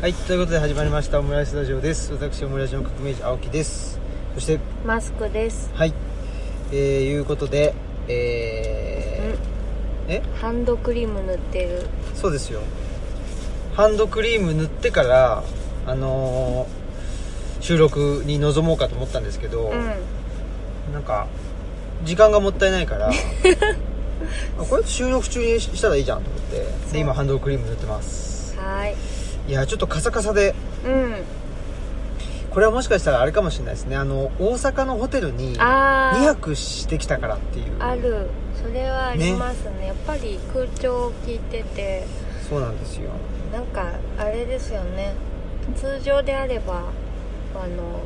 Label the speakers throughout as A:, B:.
A: はい、ということで始まりましたオムライスラジオです。私オムライスの革命児青木です。そして
B: マスクです
A: はい、えー、いうことで、えー、え
B: ハンドクリーム塗ってる
A: そうですよ。ハンドクリーム塗ってからあのー収録に臨もうかと思ったんですけど、
B: う
A: なんか時間がもったいないから あこれ収録中にしたらいいじゃんと思って
B: そう
A: で今ハンドクリーム塗ってます
B: んはい
A: いやちょっとカサカサで
B: うん
A: これはもしかしたらあれかもしれないですねあの大阪のホテルに2
B: あー
A: 泊してきたからっていう
B: あるそれはありますねやっぱり空調を聞いてて
A: そうなんですよ
B: なんかあれですよね通常であればあの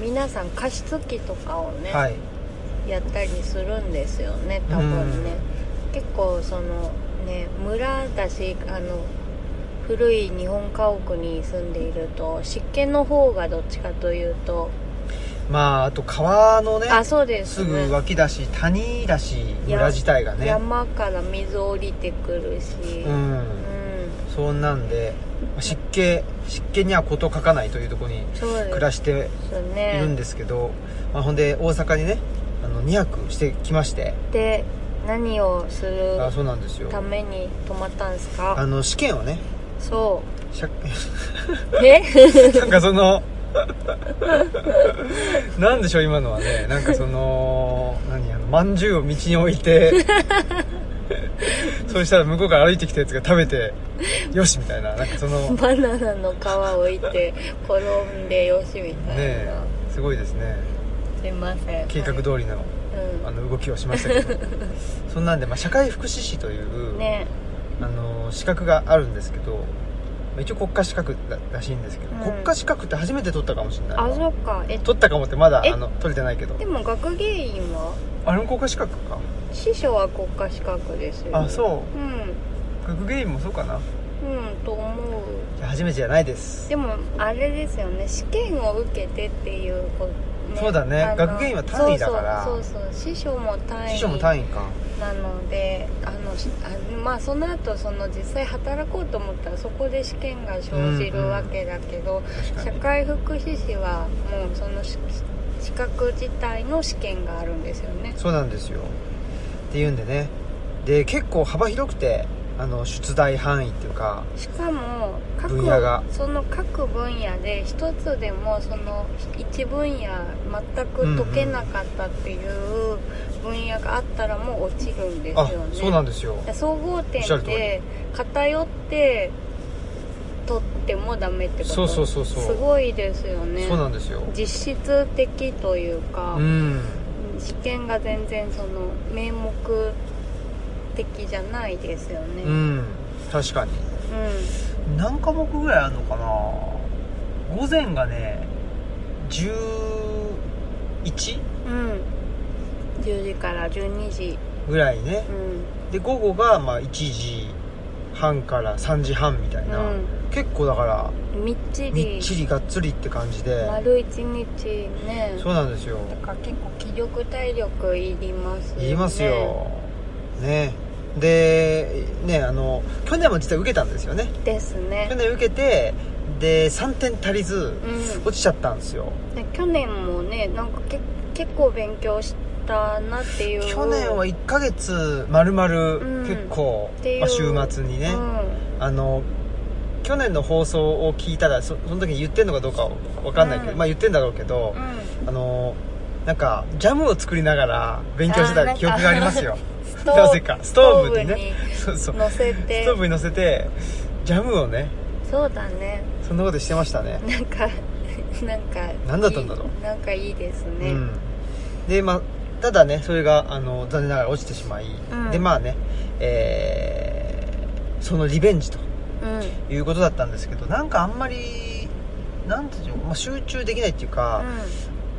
B: 皆さん加湿器とかをね、
A: はい
B: やったりするんですよね多分ね、結構そのね村だしあの古い日本家屋に住んでいると湿気の方がどっちかというと
A: まああと川のね
B: あそうです
A: す
B: ね
A: ぐ脇だし谷だし
B: や
A: 村自体がね
B: 山から水降りてくるし
A: う
B: うん、
A: んそんなんでまあ湿気湿気には事欠かないというところに
B: そうです
A: 暮らしているん
B: ね
A: ですけど、まあ、ほんで大阪にねあの2泊してきまして
B: で何をする
A: あそうなんですよ
B: ために泊まったんです
A: あ
B: か
A: の試験をね
B: そ
A: しゃ
B: うえ
A: なんかそのなんでしょう今のはねなんかその何あのまんじゅうを道に置い てそうしたら向こうから歩いてきたやつが食べてよしみたいななんかそのね
B: バナナの皮を置いて転んでよしみたいな、
A: えすごいですね
B: すいません
A: 計画通りのあ
B: は
A: の動きをしましたけどそんなんで、まあ、社会福祉士とい
B: い、う
A: う、
B: ん、ね
A: あの資格があるんですけどまあ一応国家資格ららしいんですけど、
B: うん
A: 国家資格って初めて取ったかもしれない
B: あそうかえっと
A: 取ったかもってまだ
B: え
A: あの取れてないけど
B: でも学芸員は
A: あれも国家資格か、
B: 師匠は国家資格ですよ
A: あそう
B: うん
A: う学芸員もそうかな
B: うんと思う
A: いや初めてじゃないです
B: でもあれですよね試験を受けてっていうこと、
A: そうだね
B: あの
A: 学芸員は単位だから
B: そうそうそうそう師匠も単位
A: 師匠も単位か
B: なのであのしあのまあその後その実際働こうと思ったらそこで試験が生じるわけだけど、
A: 確か
B: 社
A: に
B: 会福祉士はもうそのし資格自体の試験があるんですよね
A: そうなんですよっていうんでねで結構幅広くてあの出題範囲っていうか
B: しかも各
A: 分野が
B: その各分野で一つでもその一分野全く解けなかったっていう分野があったらもう落ちるんですよ
A: あ
B: ね、
A: そうなんですよ
B: 総合
A: おっしゃる
B: 点
A: 通り
B: で偏って取ってもダメってこと
A: そうそうそうそう
B: すごいですよね
A: そうなんですよ
B: 実質的というか、
A: うん
B: 試験が全然その名目的じゃないですよね
A: う
B: うん
A: ん確かに何科目ぐらいあるのかな午前がね 11?
B: うん10時から12時
A: ぐらいね
B: うん
A: で午後がまあ1時半から3時半みたいな、
B: う
A: 結構だから
B: んみっち
A: み
B: り
A: っちりがっつりって感じで
B: 丸一日ね
A: そうなんですよ
B: だから結構気力体力いりますよね
A: 言いますよねでねあの去年も実は受けたんですよね
B: ですね
A: 去年受けてで3点足りず
B: うん
A: 落ちちゃったんですよ、
B: ね去年もねなんかけ結構勉強したなっていう
A: 去年は1ヶ月丸
B: う
A: 々
B: ん
A: 結構、
B: っていう
A: まあ週末にね、
B: うん
A: あの去年の放送を聞いたらそその時言ってんのかどうかわかんないけど、
B: うん
A: まあ言ってんだろうけど、
B: うん
A: あのなんかジャムを作りながら勉強して
B: あ
A: た
B: ーなんか
A: 記憶がありますよ
B: ス ト
A: なぜかストーブに
B: ストーブに
A: ねそうそう
B: 乗せ
A: ス
B: て
A: トーブに乗せてジャムをね
B: そうだね
A: そんなことしてましたね
B: なんかなんか
A: 何だったんだろう
B: いいなんかいいですね、
A: うん、でまあただねそれがあの残念ながら落ちてしまい、
B: うん
A: でまあねえーそのリベンジと
B: うん
A: いうことだったんですけどなんかあんまりなんていうの、まあ、集中できないっていうか、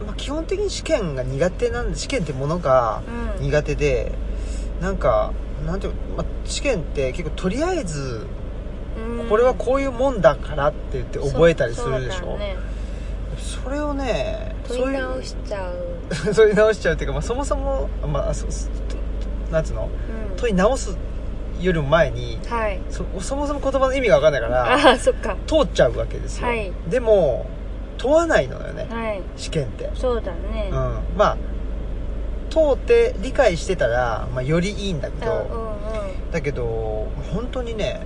A: まあ、基本的に試験が苦手なんで試験ってものが
B: うん
A: 苦手でなんかなんていうの、まあ、試験って結構とりあえず
B: うん
A: これはこういうもんだからって言って覚えたりするでし
B: そそう
A: ょ
B: だね
A: そ,、れをね
B: 問い
A: そうい
B: 直
A: う
B: しちゃう
A: 取り直しちゃうっていうか、まあ、そもそも、まあ、そうなんつうの
B: うん
A: 取り直すよりも前に
B: はい
A: そそもそも言葉の意味が分かんないから
B: ああそっか
A: 通っちゃうわけですよ、
B: はい
A: でも問わないのよね
B: はい
A: 試験って、
B: そうだ
A: う
B: ね
A: ん、まあ通って理解してたら、まあ、よりいいんだけ
B: うん
A: ど、
B: うんうん
A: だけど本当にね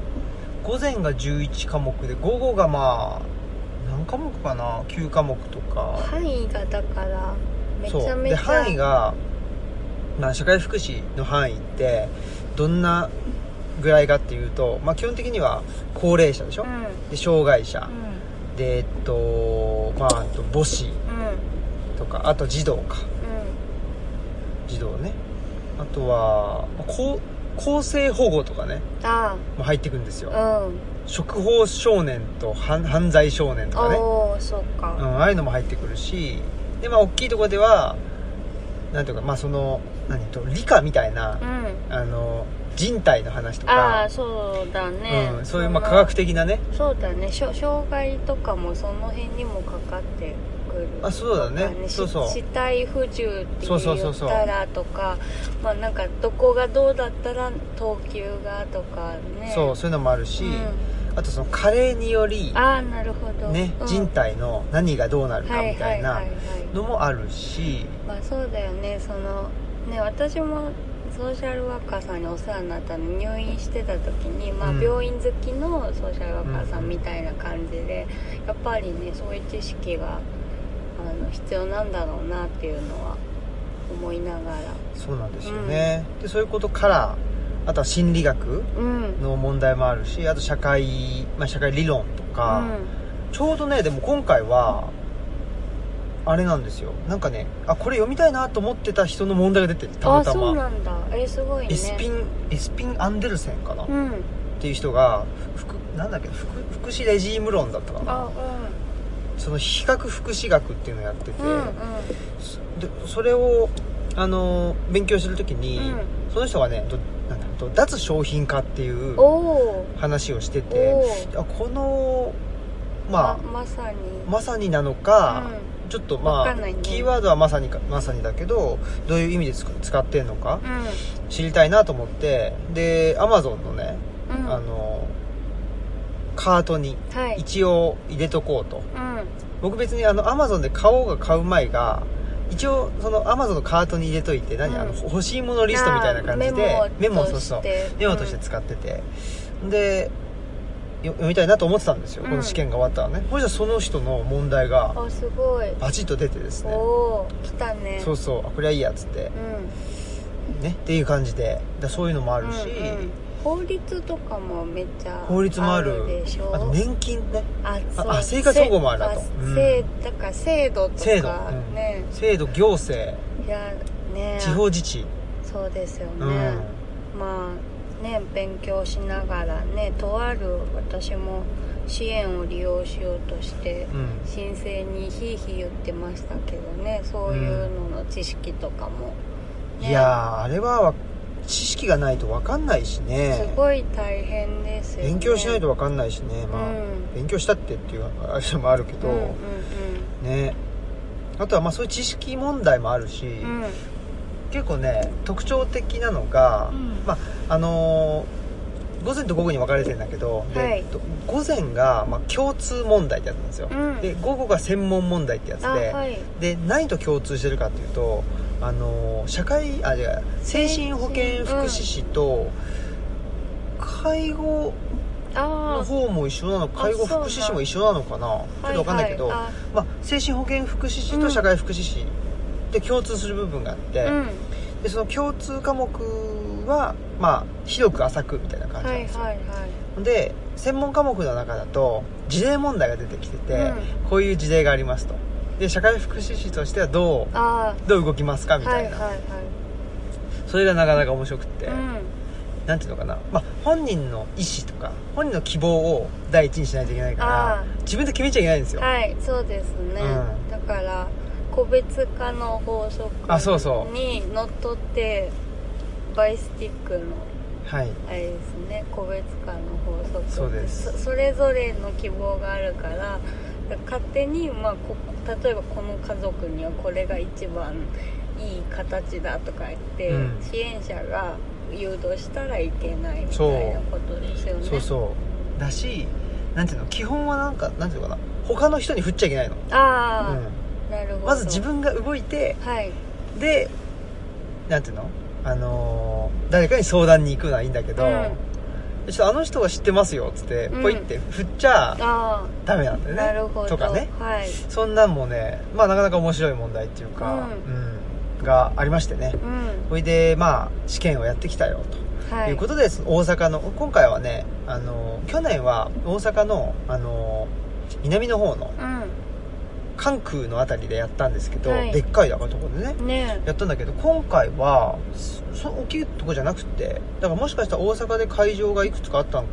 A: 午前が11科目で午後がまあ何科目かな9科目とか
B: 範囲がだからめちゃ
A: そう
B: めち
A: で
B: ゃ
A: 範囲が、まあ、社会福祉の範囲ってどんなぐらいかっていうと、まあ、基本的には高齢者でしょ、
B: うん
A: で障害者、
B: う
A: でえっとまああと母子
B: んうん
A: とかあと児童か児童ねあとはまあこう更生保護とかね
B: うんあ
A: も入ってくんですよ
B: あうん
A: 触法少年と犯犯罪少年とかね、
B: おおそっ
A: うん、
B: か
A: ああいうのも入ってくるしでまあ大きいところではなんていうかまあその何と理科みたいな
B: う、ん
A: あの人体の話と
B: あ
A: か
B: あそうだね、
A: うん、そういうまあ
B: の
A: 科学的なね
B: そうだねしょ障害とかもその辺にもかかってくる
A: あそうだね
B: まあね
A: そうそう
B: し死体不自由って
A: そう
B: 言
A: そうそうそう
B: ったらとかまあなんかどこがどうだったら等級がとかね
A: そうそういうのもあるし、
B: うん
A: あとその加齢により
B: ああなるほど、
A: ね、
B: うん
A: 人体の何がどうなるかみたい
B: は
A: ない
B: はいはいはい
A: のもあるし、
B: まあそうだよねそのね私もソーシャルワーカーさんにお世話になったの入院してた時に、まあ、
A: うん
B: 病院好きのソーシャルワーカーさんみたいな感じで、やっぱりねそういう知識があの必要なんだろうなっていうのは思いながら
A: そうなんですよね、でそういうことからあとは心理学
B: うん
A: の問題もあるしあと社会、まあ、社会理論とか、ちょうどねでも今回はあれなんですよなんかねあこれ読みたいなと思ってた人の問題が出てるた
B: あ
A: ま
B: あ
A: た
B: そう
A: ま
B: なんだえすごいね
A: エスピンエスピン・アンデルセンかな、っ
B: うん
A: ていう人が福なんだっけ福福祉レジーム論だったかな
B: あ
A: その比較福祉学っていうのをやってて、
B: うんうんうん
A: そでそれをあの勉強してる時に、
B: うん
A: その人がねとなんだと脱商品化っていう
B: おお
A: 話をしてて
B: お
A: あこの
B: ま
A: まあ
B: まさに
A: まさになのか、ちょっとま
B: わ
A: あ、
B: かんないね
A: キーワードはまさにかまさにだけどどういう意味で使使ってんのか
B: うんう
A: 知りたいなと思ってでアマゾンのね、
B: んうん
A: あのカートに
B: はい
A: 一応入れとこうと
B: うん
A: 僕別にあのアマゾンで買おうが買う前が一応そのアマゾンのカートに入れといて何、
B: うん
A: あの欲しいものリストみたいな感じで
B: あーメモ
A: そうそう
B: て
A: メモとして使ってて、でよ読みたいなと思ってたんですよ、
B: うん
A: この試験が終わったらねそしたらその人の問題
B: うん
A: が
B: あすごい
A: バチッと出てです
B: お
A: ね
B: おー来たね
A: そうそうあこれはいいやっつって
B: うん
A: ねっていう感じでだそういうのもあるし、
B: うんうん法律とかもめっちゃ
A: 法律もある
B: でしょ
A: あと年金ね
B: あそう
A: あ生活保護もあるなと
B: せ
A: うん
B: せだから制度と
A: 制度
B: か
A: うん
B: ね
A: 制度行政
B: いやね
A: 地方自治、
B: そうですよ
A: うん
B: ねまあね勉強しながらねとある私も支援を利用しようとして
A: うん
B: 申請にひいひい言ってましたけどねそういうのの知識とかも、ね
A: いやーあれはわ知識がないと分かんないしね
B: すごい大変ですよ、ね、
A: 勉強しないと
B: は
A: 分かんないしね、まあ
B: うん
A: 勉強したってっていうあれもあるけど、
B: うんうん
A: ねあとはまあそういう知識問題もあるし、
B: うんうん
A: 結構ね特徴的なのが、
B: うん
A: まああのー午前と午後に分かれてるんだけど、で
B: はい
A: と午前がまあ共通問題ってやつなんですよ、
B: うん
A: で午後が専門問題ってやつで、
B: あはい
A: で何と共通してるかっていうとあの社会あ違う精神保健福祉士と介護の
B: あ
A: 方も一緒なの介護
B: あそう
A: 福
B: だ
A: 祉士も一緒なのかなちょっと分かんないけど、
B: はいはい
A: まあ、精神保健福祉士
B: う
A: と
B: ん
A: 社会福祉士で共通する部分があって、
B: あ
A: でその共通科目は、まあ、広く浅くみたいな
B: う
A: 感
B: ん
A: じ
B: は
A: なん
B: い
A: ですよ、
B: はいはい
A: で専門科目の中だと事例問題が出てきてて、
B: う
A: こういう事例がありますとで社会福祉士としてはどう
B: あ
A: どう動きますか
B: あ
A: み
B: は
A: たい
B: いはい
A: な、
B: はい
A: それがなかなか面白くって、
B: うん
A: なんていうのかな、まあ、本人の意思とか本人の希望を第一にしないといけないか
B: あ
A: ら
B: ー
A: 自分で決めちゃいけないんですよ、
B: はいそうですね、
A: うん
B: だから個別化の法則
A: あそうそう
B: にのっとってバイスティックの
A: はい
B: あれですね個別化の法則
A: そうです
B: そそれぞれの希望があるから勝手に、まあ、こ例えばこの家族にはこれが一番いい形だとか言って、
A: うん
B: 支援者が誘導したらいけないみたいなことですよね
A: そうそうだしなんていうの基本はなんかなんていうのかな他の人に振っちゃいけないの、
B: ああ、
A: う
B: なるほ
A: ん、
B: ど
A: まず自分が動いて
B: はい
A: でなんていうのあのー誰かに相談に行くのはいいんだけど、
B: うん
A: ちょっとあの人が知ってますよっつって
B: うん
A: ポイって振っちゃ
B: あ
A: ダメなんだ
B: あ、
A: よね、
B: なるほど
A: とかね
B: はい
A: そんなんもねまあなかなか面白い問題っていうか、
B: う
A: うんがありましてね
B: うん
A: ほいでまあ試験をやってきたよと
B: はいいう
A: ことで、その大阪の今回はねあの去年は大阪のあの南の方の関空の辺りでやったんですけど、
B: はい
A: でっかいだからとこでね
B: うんね
A: やったんだけど今回はそそ大きいとこじゃなくてだからもしかしたら大阪で会場がいくつかあったの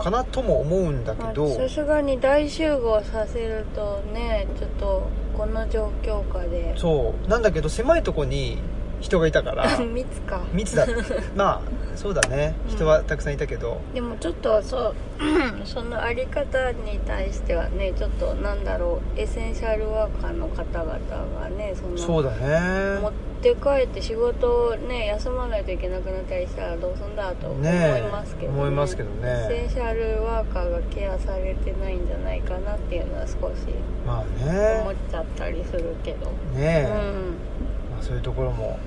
B: あ
A: かなとも思うんだ
B: あ
A: け
B: まあ
A: ど
B: さすがに大集合させるとねちょっとこの状況下で
A: そうなんだけど狭いとこに人がいたから
B: 密か
A: 密 だまあそうだね人はたくさんいたけど、
B: でもちょっとそう そのあり方に対してはねちょっとなんだろうエッセンシャルワーカーの方々がねその
A: そうだね
B: 持って帰って仕事をね休まないといけなくなったりしたらどうすんだと思い
A: ね
B: ますけど、
A: 思いますけど
B: エッセ
A: ね
B: ンシャルワーカーがケアされてないんじゃないかなっていうのは少し
A: まあ
B: 思っ
A: ね
B: ちゃったりするけど、
A: ね
B: う
A: え、
B: ん
A: まあ、そういうところも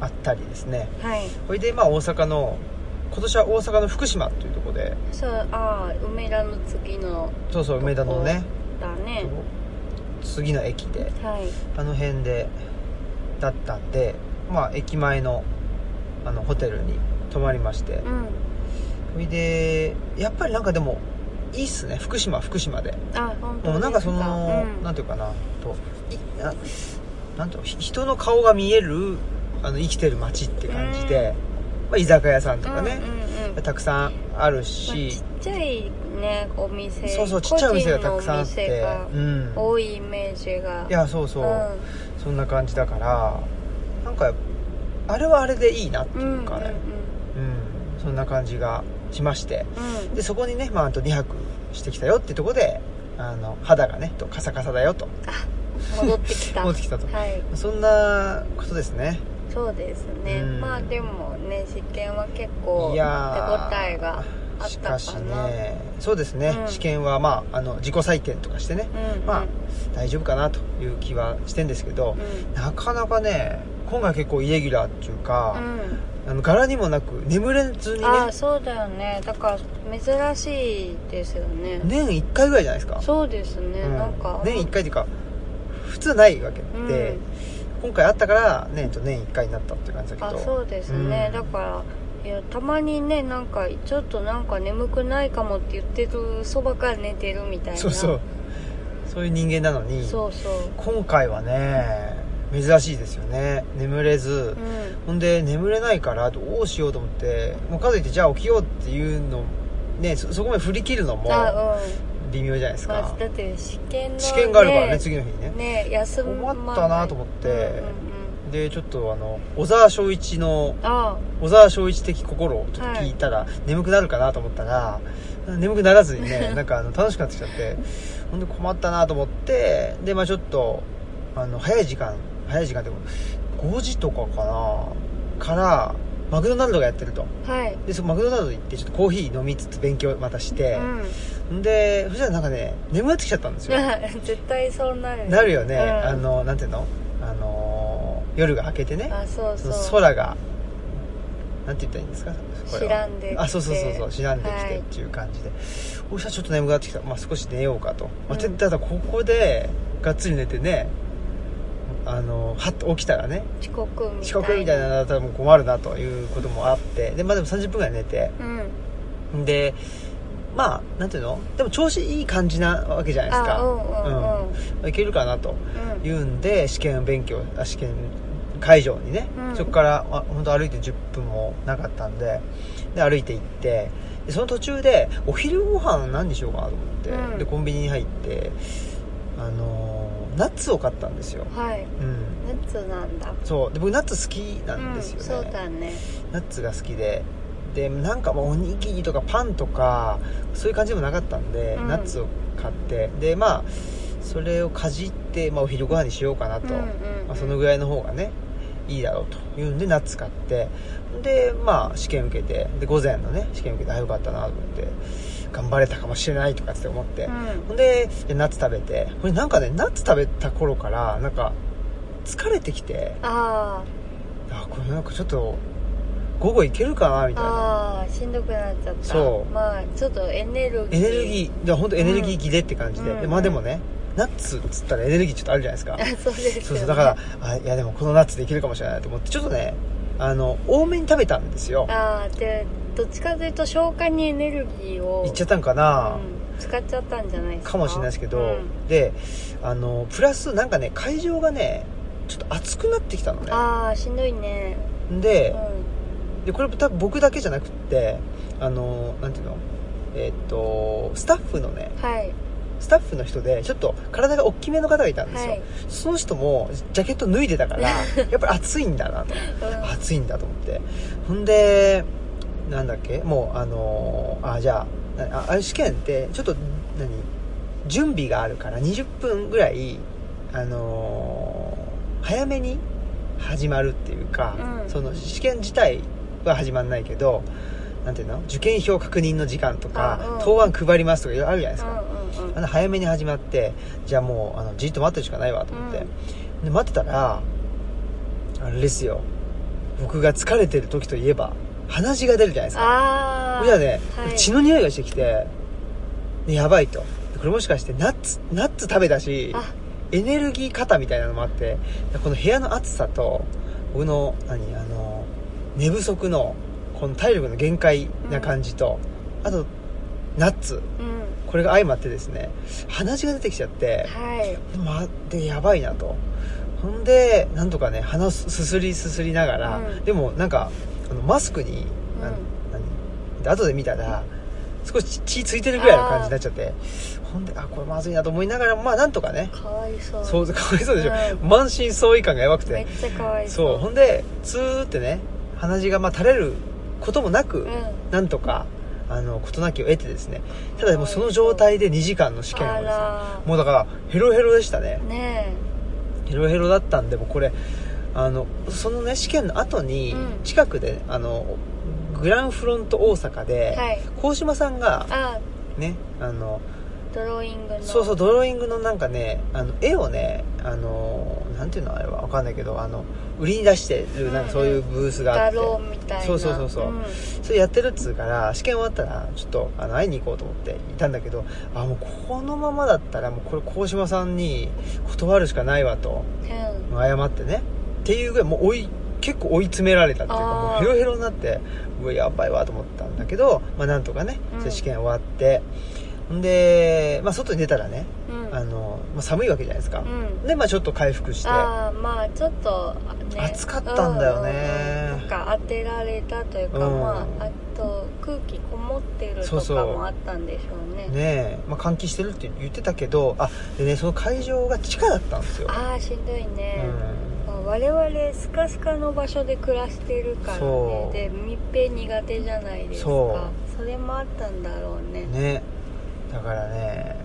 A: あったりですね
B: はい
A: ほいでまあ大阪の今年は大阪の福島というところで
B: そうああ梅田の次の
A: そうそう梅田のね
B: だね
A: 次の駅で
B: はい
A: あの辺でだったんでまあ駅前のあのホテルに泊まりまして
B: うん
A: ほいでやっぱりなんかでもいいっすね福島は福島で
B: あ本当
A: もうなんかその、
B: うん
A: なんていうかなといななんていうのひ人の顔が見えるあの生きてる街って感じで、まあ、居酒屋さんとかね
B: う、んうんうんまあ
A: たくさんある
B: ち
A: し
B: っ、ちゃいねお店
A: そうそうちっちゃいお店がたくさんあっ
B: 個人
A: て
B: のお店が
A: うん
B: 多いイメージが
A: いやそうそう、
B: うん
A: そんな感じだからなんかあれはあれでいいなって
B: う
A: い
B: ん
A: うかね、うんそんな感じがしまして
B: うん
A: でそこにね、まあ、あと2泊してきたよってとこであの肌がねとカサカサだよと
B: 戻ってきた
A: 戻ってきたと
B: はい
A: そんなことですね
B: そうですね、
A: うん
B: まあでもね試験は結構
A: い
B: 手応
A: やー
B: えがあっ
A: した
B: かな
A: かしねそうですね、
B: うん
A: 試験はまああの自己採点とかしてね
B: うんうん
A: まあ大丈夫かなという気はしてんですけど、
B: う
A: なかなかね今回結構イレギュラーっていうか、
B: ん、うん
A: あの柄にもなく眠れずにね
B: ああそうだよねだから珍しいですよね
A: 年1回ぐらいじゃないですか、
B: そうですね、
A: うん
B: なんか
A: 年1回っていうか普通ないわけで、
B: うん
A: 今回あったから、ね、えっと年1回になったっていう感じだ
B: あ
A: けど
B: そうですね、
A: うん
B: だからいやたまにねなんかちょっとなんか眠くないかもって言ってるそばから寝てるみたいな
A: そうそうそういう人間なのに
B: そうそう
A: 今回はね珍しいですよね眠れず、
B: うん
A: ほんで眠れないからどうしようと思ってもうかといってじゃあ起きようっていうのねそそこまで振り切るのも
B: あうん
A: 微妙じゃないです
B: ま
A: か
B: あ、だって試験の、ね、
A: 試験があるからね次の日にね
B: ね休ま
A: 困ったなと思って
B: うんうんうん
A: でちょっとあの小沢昭一の
B: あ
A: 小沢昭一的心をちょっと聞いたら、眠くなるかなと思ったら眠くならずに ねなんかあの楽しくなってきちゃってほんで困ったなと思ってでまあちょっとあの早い時間早い時間でも5時とかかなからマクドナルドがやってると
B: あはい、
A: でそのマクドナルド行ってちょっとコーヒー飲みつつ勉強またして
B: う、ん
A: ん、でそしたらなんかね眠ってきちゃったんですよ
B: 絶対そうなる
A: なるよね、
B: うん
A: あのなんていうのあのー夜が明けてね
B: あそうそう
A: その空がなんて言ったらいいんですかこれは
B: 知らんできて
A: あそうそうそうそう知らんでき
B: は
A: て
B: い
A: っていう感じで、おじさんちょっと眠くなってきた、まあ、少し寝ようかと、まあ、て
B: うん
A: ただここでがっつり寝てねあのはっと起きたらね
B: 遅刻みたいな
A: 遅刻みたいなのだったらもう困るなということもあってで,、まあ、でも30分ぐらい寝て
B: うん
A: でまあなんていうのでも調子いい感じなわけじゃないです
B: あ
A: か
B: うんうんうん
A: いけるかなと
B: うん
A: いうんで試験勉強あ試験会場にね、
B: うん
A: そこからあ本当歩いて10分もなかったんでで歩いて行ってでその途中でお昼ご飯何にしようかなと思って、
B: うん
A: でコンビニに入ってあのーナッツを買ったんですよ、
B: はい
A: うん、
B: ナッツなんだ
A: そうで僕ナッツ好きなんです
B: うん、
A: よ
B: そう
A: ね、
B: だね
A: ナッツが好きででなんかもうおにぎりとかパンとかそういう感じでもなかったんで、
B: うん
A: ナッツを買ってでまあそれをかじって、まあ、お昼ご飯にしようかなと、
B: うんうんうん
A: まあ、そのぐらいの方がねいいだろうというんでナッツ買ってでまあ試験受けてで午前のね試験受けてあよかったなと思って頑張れたかもしれないとかって思って、ほんででナッツ食べてこれなんかねナッツ食べた頃からなんか疲れてきて
B: あ
A: あこれなんかちょっと午後いけるかなみ
B: ー
A: たいな
B: あーしんどくなっちゃった
A: そう
B: まあちょっとエネルギー
A: エネルギーじゃ本当エネルギー切れって感じで、
B: うん
A: でまあでもねナッツっつったらエネルギーちょっとあるじゃないですか
B: あそうですよ、ね、
A: そうそうだからあいやでもこのナッツできるかもしれないと思ってちょっとねあの多めに食べたんですよ
B: ああでどっちかというと消化にエネルギーを
A: いっちゃったんかな、
B: うん使っちゃったんじゃないですか
A: かもしれないですけど、
B: うん
A: であのプラスなんかね会場がねちょっと暑くなってきたのね
B: ああしんどいねう
A: で
B: ん
A: でこれ多分僕だけじゃなくってあのなんていうのえっとスタッフのね
B: はい
A: スタッフの人でちょっと体が大きめの方がいたんですよ、
B: はい、
A: その人もジャケット脱いでたから やっぱり暑いんだなと
B: うん
A: 暑いんだと思ってほんでなんだっけもうあのーあじゃあなあああいう試験ってちょっと何準備があるから20分ぐらいあのー早めに始まるっていうか、
B: うん
A: その試験自体は始まんないけどなんていうの受験票確認の時間と
B: あう
A: か
B: ん
A: 答案配りますとかいろいろあるじゃないですか、
B: うんうんうん
A: あの早めに始まってじゃあもうあのじっと待ってるしかないわと思って、で待ってたらあれですよ僕が疲れてる時といえば鼻血が出るじゃないですか
B: ああ
A: そしたらね、
B: はい
A: 血の匂いがしてきてでやばいとでこれもしかしてナッツナッツ食べたし
B: あ
A: エネルギー過多みたいなのもあってでこの部屋の暑さと僕の何あの寝不足のこの体力の限界な感じと、あとナッツ
B: うん
A: これが相まってですね鼻血が出てきちゃって、
B: はい
A: までやばいなとほんでなんとかね鼻をすすすりすすりながら、
B: うん
A: でもなんかあのマスクに、なん
B: うん
A: 何で後で見たら少し血ついてるぐらいの感じになっちゃってほんであこれまずいなと思いながらまあなんとかね
B: かわいそう
A: そうかわいそうでしょ、
B: う
A: 満身創痍感がやばく
B: めってちゃかわい
A: そう
B: そう
A: ほんでツーってね鼻血がまあ垂れることもなく、
B: うん
A: なんとかあの事なきを得てですねただもうその状態で2時間の試験を
B: あ
A: ですね
B: ら
A: もうだからヘロヘロでしたね
B: ね
A: ヘロヘロだったんでもうこれあのそのね試験の後に
B: うん
A: 近くで、あのグランフロント大阪
B: え
A: で、
B: はい
A: 鴻島さんが
B: あ
A: ねあの
B: ドローイングの
A: そうそうドローイングのなんかねあの絵をねあのなんていうのあれは分かんないけどあの売りに出してるなんかそういうブースがあっ
B: 画
A: て、
B: 廊みたいな
A: そうそうそうそうんそれやってるっつうから試験終わったらちょっとあの会いに行こうと思っていたんだけどあもうこのままだったらもうこれ鴻島さんに断るしかないわと
B: うん
A: 謝ってねっていうぐらいもう追い結構追い詰められたっていうかもう
B: あー
A: ヘロヘロになってうわやばいわと思ったんだけど、まあ、なんとかね、
B: うん
A: それ試験終わってんで、まあ、外に出たらね
B: うん
A: あの、まあ、寒いわけじゃないですか
B: う、ん
A: で、まあ、ちょっと回復して
B: ああまあちょっと、ね、
A: 暑かったんだよね
B: うんうんうんなんか当てられたというか、
A: うん
B: まああと空気こもってる
A: そう
B: と
A: そう
B: かもあったんでしょうね
A: ねえ、まあ、換気してるって言ってたけどあでねその会場が地下だったんですよ、
B: ああしんどいね、
A: う
B: まあ我々スカスカの場所で暮らしてるから
A: そ
B: ね
A: う
B: で密閉苦手じゃないですか
A: そ
B: それもあったんだろうね
A: ん、ねだからね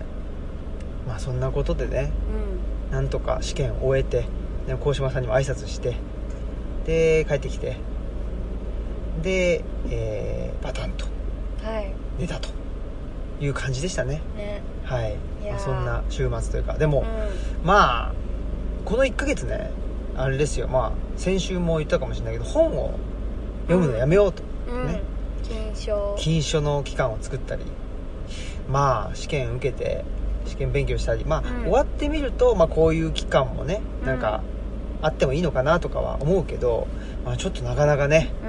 A: まあそんなことでね
B: うん
A: なんとか試験を終えてで鴻島さんにも挨拶してで帰ってきてで、えーバタンと
B: はい
A: 寝たという感じでしたね
B: ね
A: はい
B: いやー
A: そんな週末というかでも、
B: う
A: まあこの1ヶ月ねあれですよまあ先週も言ったかもしれないけど本を読むのやめようと、
B: んうん、
A: ね
B: 金賞
A: 禁書の期間を作ったりまあ試験受けて試験勉強したりまあ、
B: うん
A: 終わってみると、まあ、こういう期間もねなんかあってもいいのかなとかは思うけど、まあ、ちょっとなかなかね、
B: う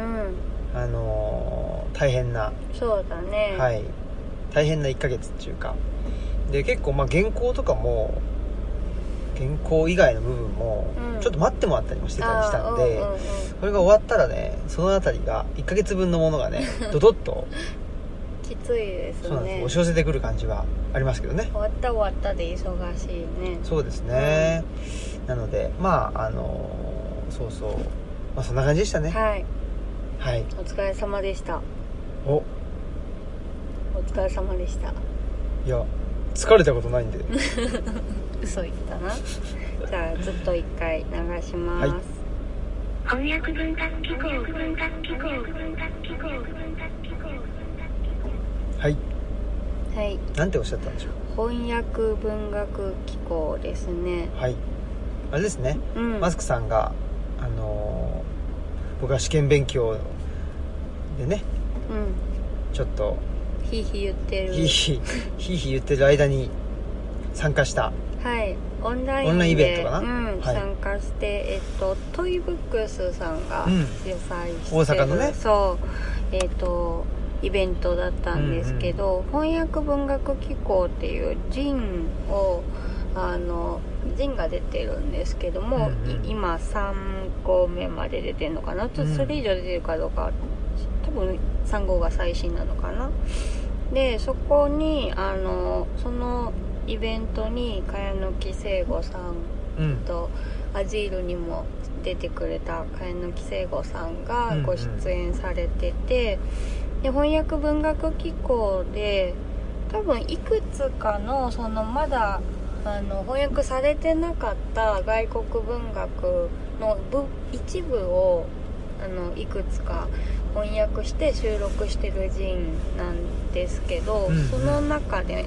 B: ん
A: あのー大変な、
B: そうだね
A: はい大変な1ヶ月っていうかで結構まあ原稿とかも原稿以外の部分も
B: うん
A: ちょっと待ってもらったりもしてたりしたんで、
B: あーうんうんうん
A: これが終わったらねその辺りが1ヶ月分のものがねドドッと
B: きついですね
A: そうなんです、押し寄せてくる感じはありますけどね
B: 終わった終わったで忙しいね
A: そうですね、なのでまああのーそうそうまあそんな感じでしたね
B: はい
A: はい、
B: お疲れ様でした
A: お
B: お疲れ様でした
A: いや疲れたことないんで
B: 嘘言ったなじゃあずっと一回流します、
A: はい
C: 翻訳文学機構文学機構文学機構文学機構
A: はい
B: はい
A: なんておっしゃったんでしょ
B: 翻訳文学機構ですね
A: うはいあれですね、
B: うん
A: マスクさんがあのー僕は試験勉強でね
B: うん
A: ちょっと
B: ひいひい言ってる
A: ひいひいひいひい言ってる間に参加した
B: はいオンラインで
A: オンラインイベントかな
B: うん
A: はい
B: 参加してえっとトイブックスさんが
A: うん
B: 主催してる、
A: 大阪のね
B: そうえっとイベントだったんですけど、翻訳文学機構っていうジンをあのジンが出てるんですけども、
A: うんうん
B: い今3号目まで出てるのかなちょっとそれ以上出てるかどうかは多分3号が最新なのかなでそこにあのそのイベントに茅野木聖吾さん
A: うん
B: とアジールにも出てくれた茅野木聖吾さんがご出演されてて、で翻訳文学機構で多分いくつかのそのまだあの翻訳されてなかった外国文学の部一部をあのいくつか翻訳して収録してるジンなんですけど、
A: うんうん
B: その中で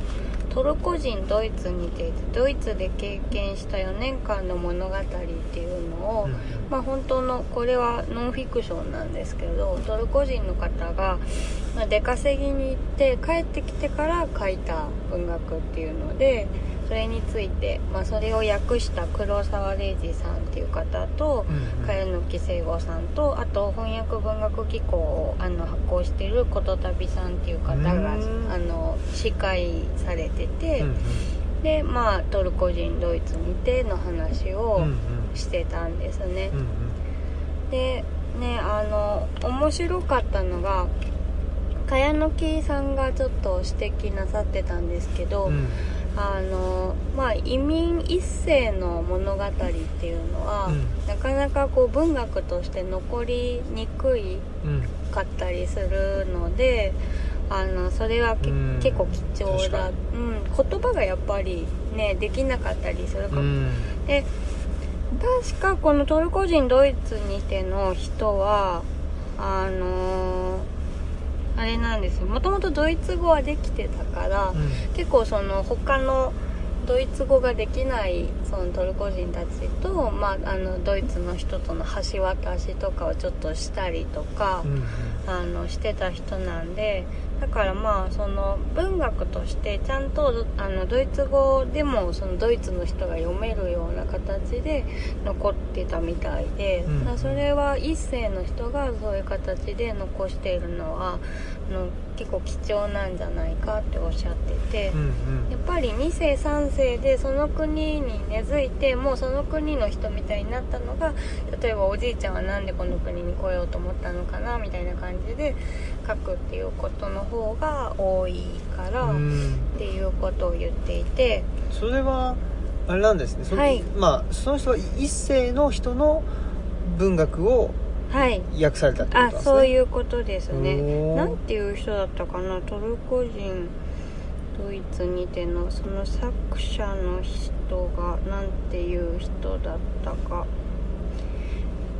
B: トルコ人ドイツにてドイツで経験した4年間の物語っていうのを、
A: うん
B: まあ、本当のこれはノンフィクションなんですけどトルコ人の方がまあ出稼ぎに行って帰ってきてから書いた文学っていうのでそれについて、まあ、それを訳した黒沢玲二さんっていう方と
A: うんうん
B: 茅野木聖吾さんとあと翻訳文学機構をあの発行してることたびさんっていう方が
A: うん
B: あの司会されてて、
A: うん
B: でまあトルコ人ドイツにての話
A: うん
B: を
A: うん
B: してたんですね。
A: うんうん
B: でねあの面白かったのが茅野木さんがちょっと指摘なさってたんですけど、
A: うん
B: あのまあ、移民一世の物語っていうのは、
A: うん
B: なかなかこう文学として残りにくい
A: うん
B: かったりするのであのそれはけ
A: うん
B: 結構貴重だ、う
A: 確
B: ん、言葉がやっぱりねできなかったりするか
A: う
B: も
A: ん
B: で確かこのトルコ人ドイツにての人はあのーあれなんですよもともとドイツ語はできてたから、
A: うん
B: 結構その他のドイツ語ができないそのトルコ人たちと、まあ、あのドイツの人との橋渡しとかをちょっとしたりとか。
A: うん
B: あのしてた人なんでだからまあその文学としてちゃんとあのドイツ語でもそのドイツの人が読めるような形で残ってたみたいで、
A: うん
B: だからそれは一世の人がそういう形で残しているのはあの結構貴重なんじゃないかっておっしゃってて。
A: うん
B: やっぱり2世3世でその国に根付いてもうその国の人みたいになったのが例えばおじいちゃんはなんでこの国に来ようと思ったのかなみたいな感じで書くっていうことの方が多いから
A: う
B: っ
A: ん
B: ていうことを言っていて
A: それはあれなんですねその、
B: はい
A: まあその人は一世の人の文学を
B: はい
A: 訳されたってことなん
B: あ
A: ですね
B: そう
A: う
B: いうことです
A: お
B: ね
A: ー
B: なんていう人だったかなトルコ人ドイツにてのその作者の人がなんていう人だったか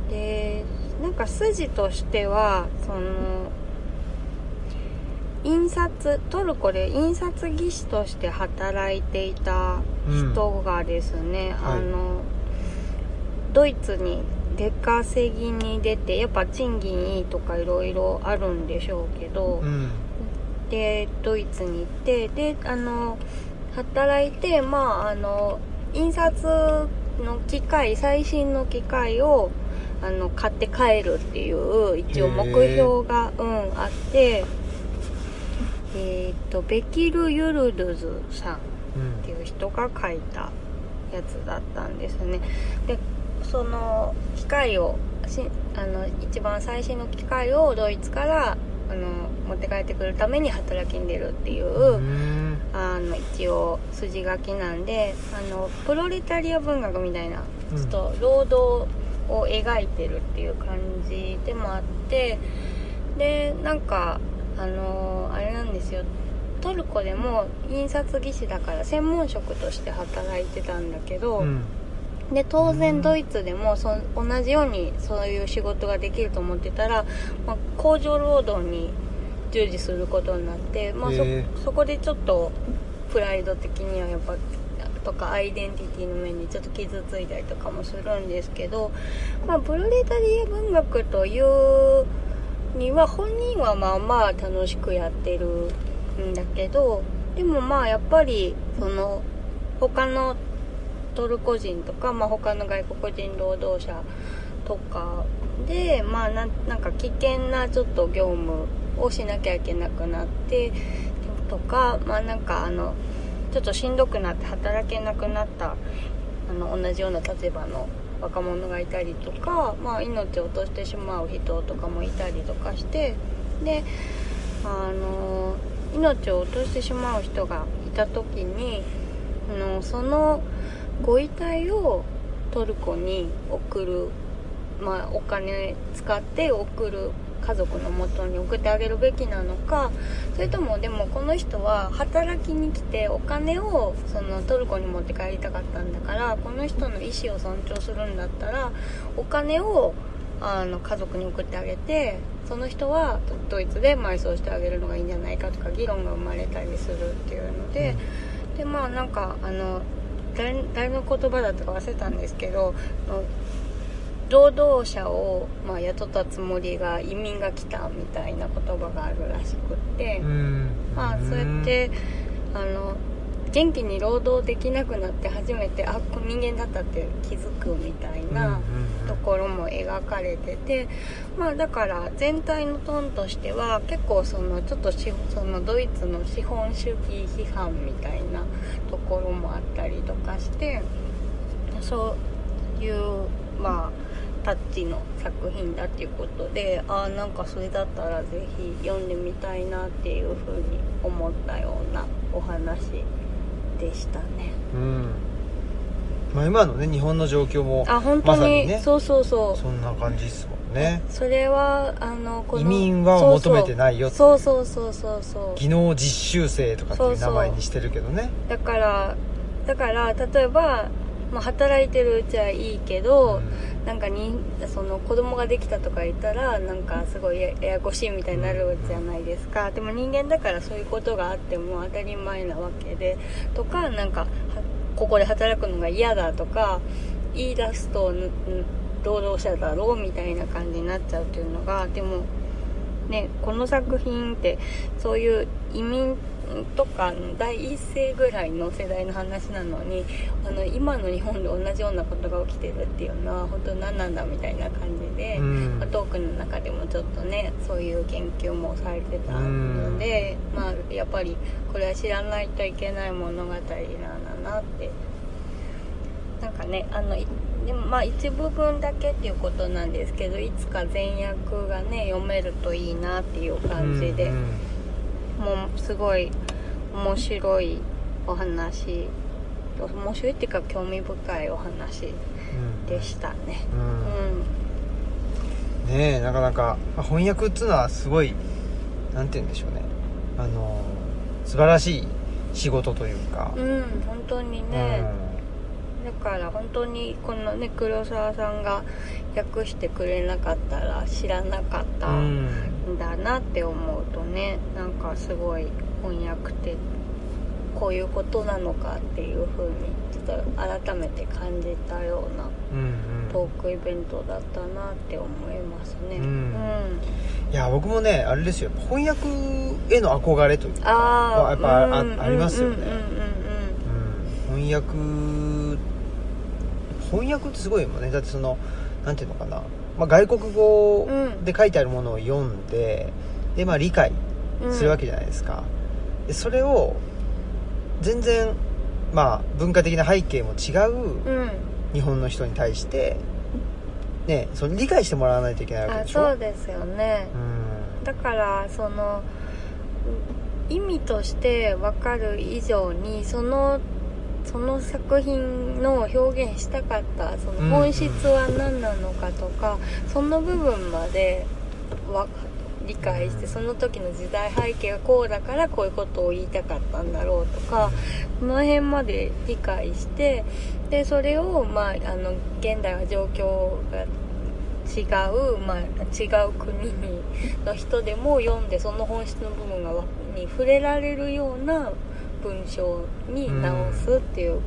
B: でなんか筋としてはその印刷トルコで印刷技師として働いていた人がですね、
A: うんはい
B: あのドイツに出稼ぎに出てやっぱ賃金いいとかいろいろあるんでしょうけど、
A: ん
B: でドイツに行ってであの働いてまああの印刷の機械最新の機械をあの買って帰るっていう一応目標が、うん、あってえっ、とベキル・ユルドゥズさん
A: うん
B: っていう人が書いたやつだったんですねでその機械をしあの一番最新の機械をドイツからあの持って帰ってくるために働きに出るっていう、
A: うん
B: あの一応筋書きなんであのプロレタリア文学みたいな
A: うん
B: ちょっと労働を描いてるっていう感じでもあってでなんかあのあれなんですよトルコでも印刷技師だから専門職として働いてたんだけど、
A: うん
B: で当然ドイツでもそ同じようにそういう仕事ができると思ってたら、まあ、工場労働に従事することになって、まあそ
A: へえ
B: そこでちょっとプライド的にはやっぱとかアイデンティティの面にちょっと傷ついたりとかもするんですけど、まあ、プロレタリア文学というには本人はまあまあ楽しくやってるんだけどでもまあやっぱりその他のトルコ人とか、まあ、他の外国人労働者とかで、まあ、なんなんか危険なちょっと業務をしなきゃいけなくなってとか、まあ、なんかあのちょっとしんどくなって働けなくなったあの同じような立場の若者がいたりとか、まあ、命を落としてしまう人とかもいたりとかしてであの命を落としてしまう人がいた時にあのそのご遺体をトルコに送る、まあ、お金使って送る家族のもとに送ってあげるべきなのかそれともでもこの人は働きに来てお金をそのトルコに持って帰りたかったんだからこの人の意思を尊重するんだったらお金をあの家族に送ってあげてその人はドイツで埋葬してあげるのがいいんじゃないかとか議論が生まれたりするっていうので。でまあなんかあの誰誰の言葉だったか忘れたんですけどあの労働者を、まあ、雇ったつもりが移民が来たみたいな言葉があるらしくって、
A: うん
B: まあそうやってあの元気に労働できなくなって初めてあこう人間だったって気づくみたいな。ところも描かれてて、まあ、だから全体のトーンとしては結構そのちょっとしそのドイツの資本主義批判みたいなところもあったりとかしてそういうまあタッチの作品だっていうことでああんかそれだったらぜひ読んでみたいなっていうふうに思ったようなお話でしたね。
A: うん、うんまあ、今のね日本の状況も
B: あ本当
A: ま
B: に,、
A: さにね
B: そうそうそう
A: そんな感じですもんね
B: それはあのこの
A: 移民は求めてないよっていう
B: そうそうそうそうそうそう
A: 技能実習生とかっていう名前にしてるけどね
B: だからだから例えば、まあ、働いてるうちはいいけど、なんかにその子供ができたとか言ったらなんかすごいやややこしいみたいになるじゃないですかでも人間だからそういうことがあっても当たり前なわけでとかなんかはここで働くのが嫌だとか言い出すとんん労働者だろうみたいな感じになっちゃうっていうのがでもね、この作品ってそういう移民とかの第一世ぐらいの世代の話なのにあの今の日本で同じようなことが起きてるっていうのは本当何なんだみたいな感じで、
A: うん
B: まあトークの中でもちょっとねそういう研究もされてたので、まあ、やっぱりこれは知らないといけない物語なんだなってなんかねあのいでもまあ一部分だけっていうことなんですけどいつか全訳がね読めるといいなっていう感じで、
A: うんうん
B: もうすごい面白いお話面白いっていうか興味深いお話
A: うん
B: でしたね
A: う
B: うんん
A: ねえなかなか、まあ翻訳っつうのはすごいなんて言うんでしょうねあの素晴らしい仕事というか、
B: うん本当にね、だから本当にこのね黒沢さんが訳してくれなかったら知らなかった
A: うん
B: んだなって思うとねなんかすごい翻訳ってこういうことなのかっていう風にちょっと改めて感じたような
A: うんうん
B: トークイベントだったなって思いますね。
A: うん
B: うん
A: いや僕もねあれですよ翻訳への憧れというか、
B: ああ
A: やっぱあ
B: うん
A: ありますよね
B: うんうんうんう
A: う
B: ん
A: ん翻訳翻訳ってすごいもんねだってそのなんていうのかな、まあ、外国語で書いてあるものを読んで、でまあ理解
B: うん
A: するわけじゃないですか、でそれを全然まあ文化的な背景も違う
B: うん
A: 日本の人に対してねその理解してもらわないといけないわけ
B: あ
A: でしょ
B: そうですよね
A: うん
B: だからそのう意味として分かる以上にそのその作品の表現したかったそ
A: うん
B: の本質は何なのかとか、その部分までわ理解して、
A: うん
B: その時の時代背景がこうだからこういうことを言いたかったんだろうとかこの辺まで理解してでそれを、まあ、あの現代は状況が違う、まあ、違う国にの人でも読んでその本質の部分がわに触れられるような文章に直すっていう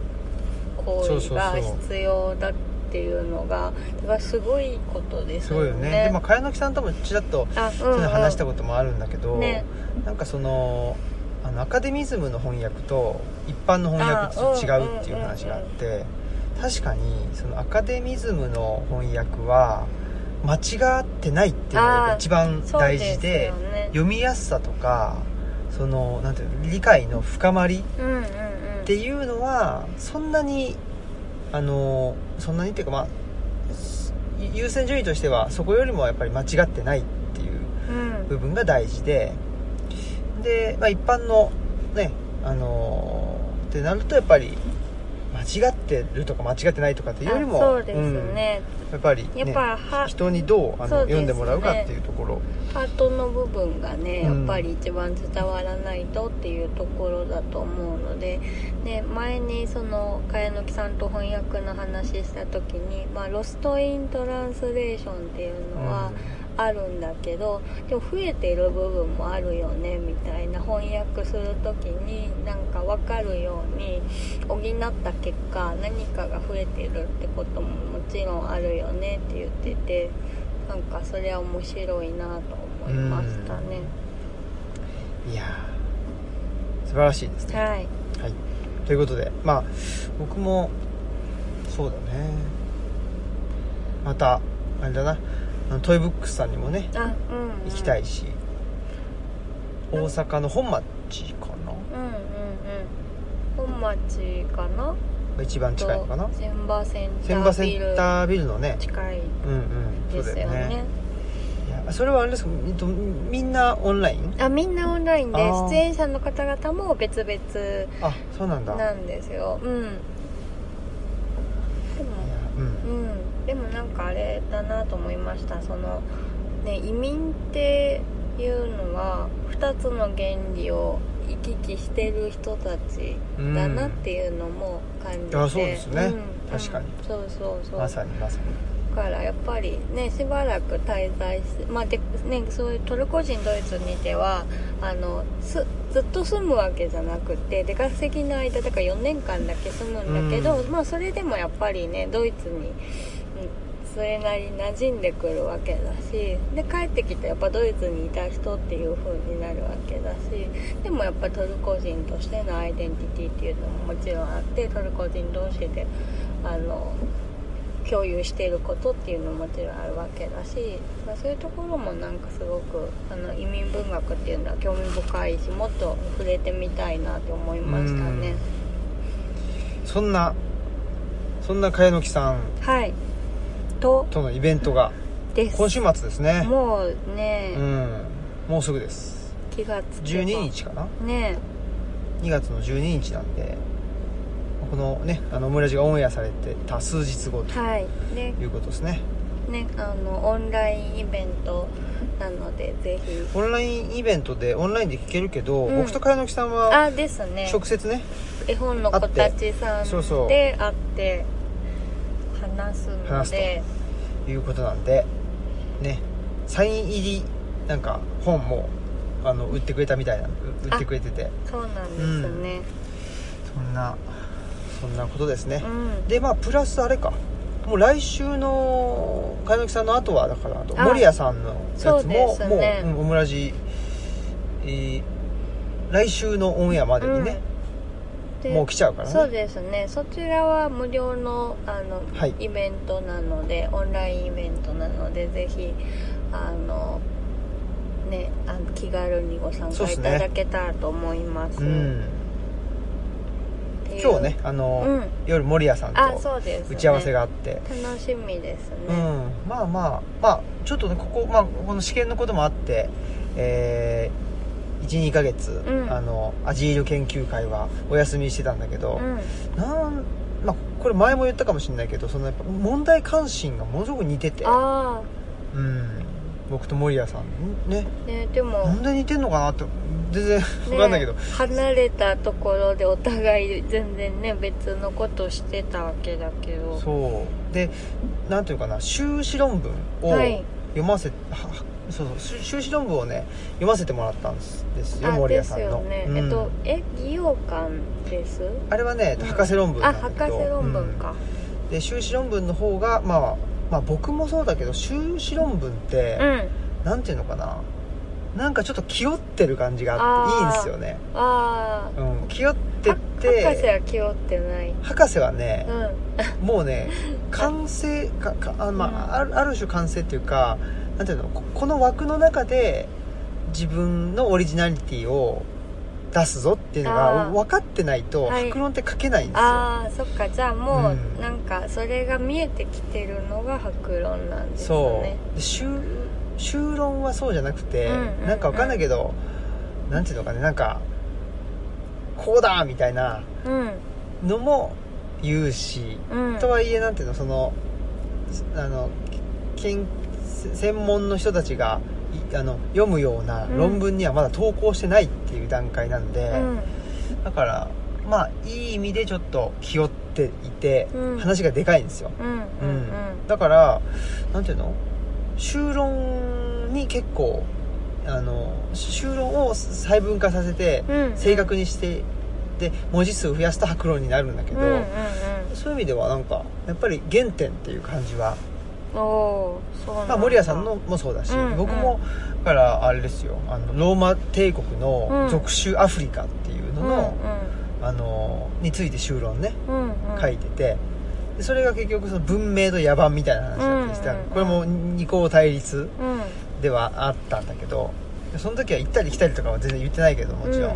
B: 行
A: そう
B: 為
A: そう
B: が
A: そう
B: 必要だっていうのがだからすごいことです
A: す
B: よ
A: ごい
B: ね。
A: よねでも茅野木さんともちらっと
B: あ、う
A: そ
B: んう
A: れ
B: ん、
A: 話した
B: こ
A: こともあるんだけど、
B: ね
A: なんかそのあのアカデミズムの翻訳と一般の翻訳と違うっていう話があって、確かにそのアカデミズムの翻訳は間違ってないっていうのが一番大事で読みやすさとかそのなんていうの理解の深まり
B: うんうんうん、
A: っていうのはそんなにあのそんなにっていうかまあ優先順位としてはそこよりもやっぱり間違ってないっていう
B: うん
A: 部分が大事でで、まあ、一般のねあのーってなるとやっぱり間違ってるとか間違ってないとかっていうよりも
B: あそうですね、
A: うんやっぱり、ね、
B: やっぱは
A: 人にどうあの
B: そうです
A: 読
B: ね
A: んでもらうかっていうところ
B: パートの部分がね
A: う
B: や
A: ん
B: っぱり一番伝わらないとっていうところだと思うので、ね、前にその茅野木さんと翻訳の話した時に「まあ、ロスト・イン・トランスレーション」っていうのはあるんだけど、でも増えてる部分もあるよねみたいな翻訳する時になんか分かるように補った結果何かが増えてるってことももちろんあるよねって言っててなんかそれは面白いなと思いましたね、
A: うんいやー素晴らしいですね、
B: はい
A: はい、ということでまあ僕もそうだねまたあれだなあのトイブックスさんにもね
B: あうん、うん、
A: 行きた
B: い
A: いし、大阪の本町かな
B: うんうんうん本町かな
A: が一番近いのかな
B: と千葉センタ
A: 千葉
B: ービ
A: セン
B: ル
A: タービルのね
B: 近い
A: うんうんそ
B: で
A: う
B: す
A: だ
B: よ
A: よね
B: ね
A: いやそれはあれですかえっとみんなオンライン
B: あみんなオンラインで
A: あー
B: 出演者の方々も別々
A: あそうなんだ
B: なんですようん
A: いや
B: でも
A: うん
B: うんでもなんかあれだなと思いましたそのね移民っていうのは2つの原理を行き来してる人たち
A: うん
B: だなっていうのも感じて、
A: あそうですね確かに
B: そうそうそう
A: まさにまさに
B: だからやっぱりねしばらく滞在して、まあでね、そういうトルコ人ドイツにいてはあのすずっと住むわけじゃなくて出稼ぎの間だから4年間だけ住むんだけど、
A: うん
B: まあ、それでもやっぱりねドイツに、うん、それなりに馴染んでくるわけだしで帰ってきてやっぱドイツにいた人っていう風になるわけだしでもやっぱトルコ人としてのアイデンティティっていうのももちろんあってトルコ人同士であの共有していることっていうのももちろんあるわけだし、まあ、そういうところもなんかすごくあの移民文学っていうのは興味深いしもっと触れてみたいなって思いましたね
A: そんなそんな茅野木さん
B: はいと
A: とのイベントが
B: です
A: 今週末ですね
B: もうね、
A: うんもうすぐです
B: 気がつけば
A: 12日かな
B: ね
A: 2月の12日なんでこのねあのオムラジがオンエアされてた数日後と
B: はいで
A: いうことですね
B: ねあのオンラインイベントなのでぜひ
A: オンラインイベントでオンラインで聞けるけど、
B: うん
A: 僕と茅野木さんは
B: あですね
A: 直接ね
B: 絵本の子たちさん
A: そうそう
B: で会って話すの
A: 話す
B: で
A: いうことなんでねサイン入りなんか本もあの売ってくれたみたいなう売ってくれてて
B: そうなんですね、
A: そんなそんなことですね
B: う、ん
A: でまあプラスあれかもう来週の茅野木さんの後はだからあと
B: あ
A: 守屋さんのやつも
B: そうですね
A: もう、うんオムラジ、えー来週のオンエアまでにね、
B: で
A: もう来ちゃうからね
B: そうですねそちらは無料のあの、
A: はい
B: イベントなのでオンラインイベントなのでぜひあのねあの気軽にご参
A: そう
B: 加
A: っ
B: い
A: すね
B: ただけたらと思います
A: うん
B: っていう
A: 今日ねあの、
B: うん
A: 夜守屋さん
B: あ
A: と
B: そうです、ね、
A: 打ち合わせがあって
B: 楽しみですね、
A: うん、まあまあまあちょっとねここ、まあ、この試験のこともあってえー、12ヶ月、
B: ん
A: あのアジール研究会はお休みしてたんだけど、
B: うん
A: なんまあ、これ前も言ったかもしれないけどそのやっぱ問題関心がものすごく似てて、
B: あ
A: うん、僕と守屋さんね
B: ねでも
A: なんで似てんのかなって全然分かんないけど、
B: ね離れたところでお互い全然ね別のことしてたわけだけど
A: そうでなんていうかな修士論文を
B: はい
A: 読ませ、ははそうそう修修士論文をね読ませてもらったんですですよ
B: あ
A: 守
B: で
A: 屋さ
B: す
A: ん
B: よ
A: の、
B: ね、
A: うん
B: えっとえ義勇館です
A: あれはね
B: うん
A: 博士論文な
B: あ
A: んだけ
B: 博
A: ど
B: 士論文か、
A: うんで修士論文の方が、まあ、まあ僕もそうだけど修士論文って、
B: うん、
A: なんていうのかななんかちょっと気負ってる感じがあっていいんですよね、
B: ああ
A: うん、気負って
B: 博
A: て
B: 士は気負ってない
A: 博士はね
B: う、ん
A: もう ね完成かかあ,、まあ、あるある種完成っていうかなんていうのここの枠の中で自分のオリジナリティを出すぞっていうのが
B: あー
A: 分かってないと
B: はい
A: 白論って書けないんですよ、
B: ああそっかじゃあもう、
A: うん
B: なんかそれが見えてきてるのが白論なんです
A: そ
B: ね
A: うで修修論はそうじゃなくて、
B: うんうんうん
A: なんか分かんないけどなんていうのかねなんかこうだみたいな
B: ううん
A: のも言うし
B: うん
A: とはいえなんていうのそのあのけん専門の人たちがいあの読むような
B: うん
A: 論文にはまだ投稿してないっていう段階なんで、
B: うん
A: だからまあいい意味でちょっと気負っていて、
B: うん
A: 話がでかいんですよ、
B: うんう
A: うん
B: ん
A: だからなんていうの修論に結構あの修論を細分化させて
B: うんうん
A: 正確にしてで文字数を増やした白論になるんだけ
B: うん
A: ど、
B: うん
A: そういう意味ではなんかやっぱり原点っていう感じは、
B: うんおーそうなん
A: ま
B: だ
A: あ、森谷さんのもそうだし、
B: うんうん
A: 僕もだからあれですよあのローマ帝国の属州アフリカっていうのの、あのについて修論ね
B: うんうんうん
A: 書いててでそれが結局その文明と野蛮みたいな話だったりして、
B: うんうんうん
A: これも二項対立
B: うん
A: ではあったんだけどその時は行ったり来たりとかは全然言ってないけどもちろ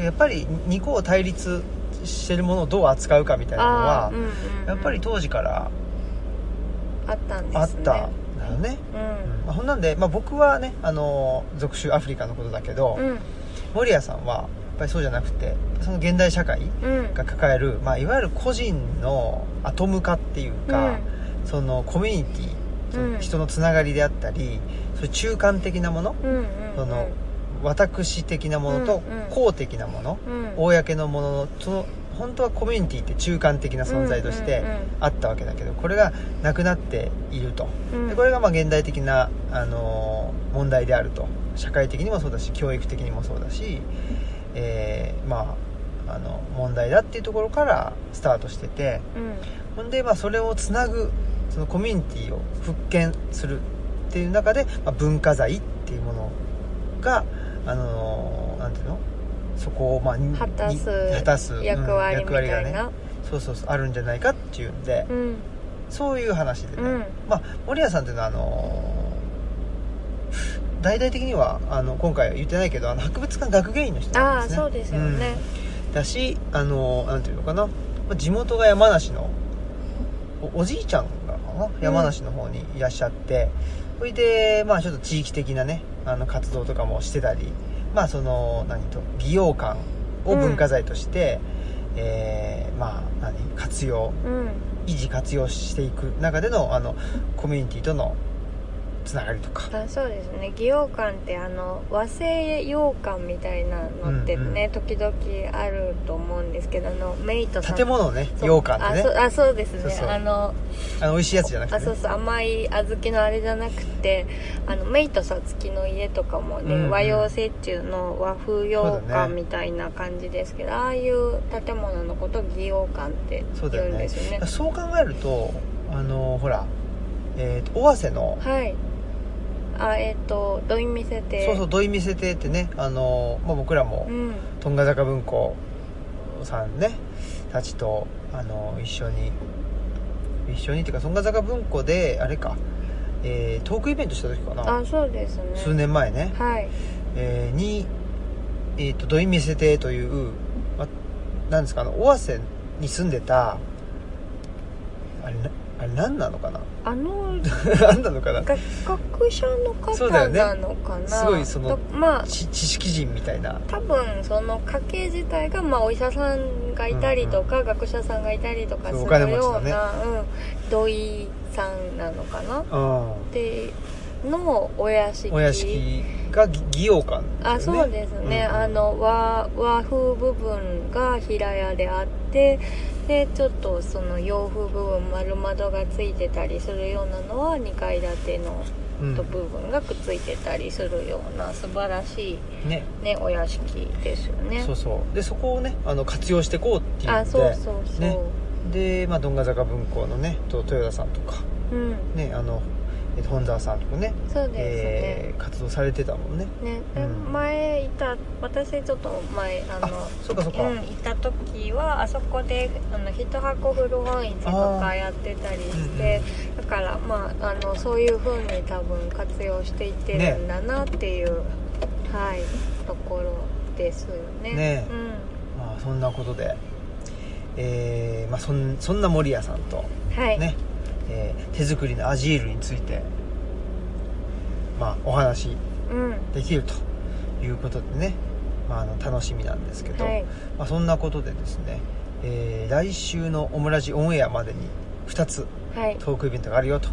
A: ん、やっぱり二項対立してるものをどう扱うかみたいなの
B: あ
A: は
B: ー、うんうんうん
A: やっぱり当時から
B: あったんですね
A: あったんだよね
B: うん
A: まあ、ほんなんで、まあ、僕はね、あのー属州アフリカのことだけど、
B: うん
A: 守屋さんはやっぱりそうじゃなくてその現代社会
B: うん
A: が抱える、まあ、いわゆる個人のアトム化っていうか、そのコミュニティその
B: うん
A: 人のつながりであったり、そういう中間的なもの
B: うんうんうん
A: その私的なものと
B: うんうん
A: 公的なもの、
B: うん
A: 公のもののその本当はコミュニティって中間的な存在としてあったわけだけどこれがなくなっていると。
B: うんうんうん
A: でこれがまあ現代的な、あのー問題であると社会的にもそうだし教育的にもそうだし、えーまあ、あの問題だっていうところからスタートしてて
B: う
A: ほ
B: ん
A: んでまあそれをつなぐそのコミュニティを復権するっていう中で、まあ、文化財っていうものが、あのーなんていうのそこをまあに
B: 果たす
A: に果たすうん
B: 役割みた
A: が
B: い
A: ね
B: な
A: そうそうそうあるんじゃないかっていうんで、
B: うん
A: そういう話でね、
B: うん
A: まあ、森谷さんっていうのはあのー大々的にはあの今回は言ってないけどあの博物館学芸員の人なん
B: ああ
A: ですね
B: そうですよね
A: うんだしあのーなんていうのかなまあ地元が山梨のおおじいちゃんがかな山梨の方にいらっしゃって、それでまあちょっと地域的なねあの活動とかもしてたりまあその何と美容館を文化財として、えーまあ何活用
B: うん
A: 維持活用していく中でのあのコミュニティとのつながりとか
B: あそうですね義勇館ってあの和製洋館みたいなのってね、時々あると思うんですけどあのメイトさん
A: 建物をね
B: そ
A: 羊
B: う
A: 羹
B: あ
A: で
B: そ
A: ね
B: うあそうですね
A: そうそう
B: あの
A: あの美味しいやつじゃなく
B: あ
A: て、
B: そ
A: ね
B: う、そう甘い小豆のあれじゃなくてあのメイトさつきの家とかもね、
A: うんうん
B: 和洋折衷の和風洋
A: そうだ
B: 館
A: ね
B: みたいな感じですけど、ああいう建物のことを義勇館って
A: そ
B: 言
A: うだよね
B: うんですよね
A: そう考えるとあのほら、えーと尾鷲の、
B: はいあえっ、と土井見せて
A: そうそう土井見せ亭ってねあの、まあ、僕らも
B: うん
A: トンガ坂文庫さんねたちとあの一緒に一緒にっていうかトンガ坂文庫であれか、えートークイベントした時かな
B: あそうですね
A: 数年前ね
B: はい
A: えーに、えー、と土井見せ亭という、ま、なんですかあの尾鷲に住んでたあれなあれ何なのかな
B: あの
A: 何なのかな
B: 学学者の
A: そうだ
B: 方
A: よね
B: なのかな、
A: すごいその
B: とまあ
A: ち知識人みたいな
B: 多分その家系自体がまあお医者さんがいたりとか、学者さんがいたりとかす
A: そう
B: る
A: お金持ち
B: よ
A: の
B: う
A: ね
B: な、うん、土井さんなのかな
A: うん
B: でのお屋敷
A: お屋敷がぎ擬王館、
B: あそうですね、
A: うん
B: あの和和風部分が平屋であってでちょっとその洋風部分丸窓がついてたりするようなのは2階建ての
A: うん
B: と部分がくっついてたりするような素晴らし
A: ね
B: い、ね、お屋敷ですよね
A: そうそうでそこをねあの活用していこうっていう
B: あ
A: んで
B: そうそうそう、
A: ねで、まあ、どんが坂文庫のねと豊田さんとか
B: うん
A: ねあのえっと本沢さんとかね
B: そうですね、
A: えー活動されてたもんね
B: ねで
A: うん
B: 前いた私ちょっと前あの
A: あそうかそうか、
B: うん、行った時はあそこであの一箱古本市とかやってたりして、だからまああのそういう風に多分活用していってるんだなっていう、はいところですよね。
A: ね
B: うん
A: まあ、そんなことで、えーまあ、そんそんな森谷さんと
B: はい、
A: ね、えー手作りのアジールについて、まあ、お話し
B: うん、
A: できるということでね、まあ、あの楽しみなんですけど、
B: はい、
A: まあ、そんなことでですね、えー来週のオムラジオンエアまでに2つ
B: はい、
A: トークイベントがあるよと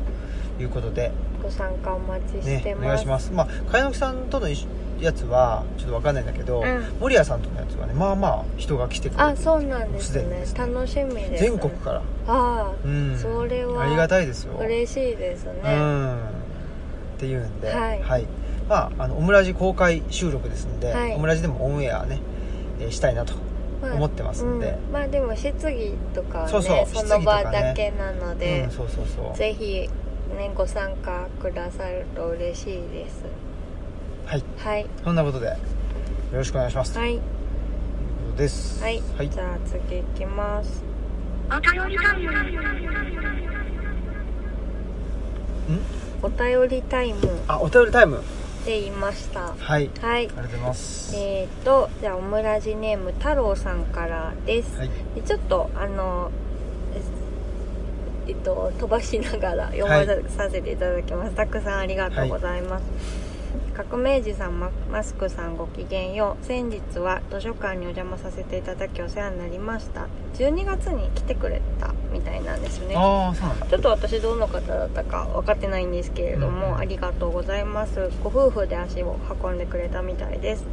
A: いうことで、
B: ご参加お待ちし
A: ね
B: て、
A: お願
B: ま
A: い
B: す。
A: しますまあ茅野木さんとの一緒やつはちょっとわかんないんだけど、
B: うん
A: 森谷さんとのやつはねまあまあ人が来てくれ
B: あ、
A: る
B: そうなんです
A: すでに
B: ね
A: です。ね
B: 楽しみです、ね。
A: 全国から
B: あ
A: うん
B: それは
A: ありがたいですよ
B: あ、嬉しいですね。
A: うんっていうんでは
B: はい
A: まああのオムラジ公開収録ですので、
B: はい
A: オムラジでもオンエアね、えーしたいなと
B: まあ
A: 思ってますんで
B: うんまあでも質疑とかはね
A: そうそう
B: の場
A: 質疑とかね
B: だけなので、
A: うん、そうそうそう
B: ぜひねご参加くださると嬉しいです
A: はい
B: はい
A: そんなことでよろしくお願いします、
B: はい
A: ということです
B: はい、
A: はい
B: じゃあ次いきます
C: お便りタイム
B: お便りタイム
A: あお便りタイム
B: で言いました
A: はいあ
B: はい
A: りがとうございます、
B: えー、とじゃあオムラジネーム太郎さんからです、
A: はい
B: でちょっとあのえっと飛ばしながら読まさせていただきます、たくさんありがとうございます、革命児さんママスクさんごきげんよう先日は図書館にお邪魔させていただきお世話になりました12月に来てくれたみたいなんですね
A: ああそうなんだ
B: ちょっと私どの方だったか分かってないんですけれども、
A: うん
B: ありがとうございますご夫婦で足を運んでくれたみたいです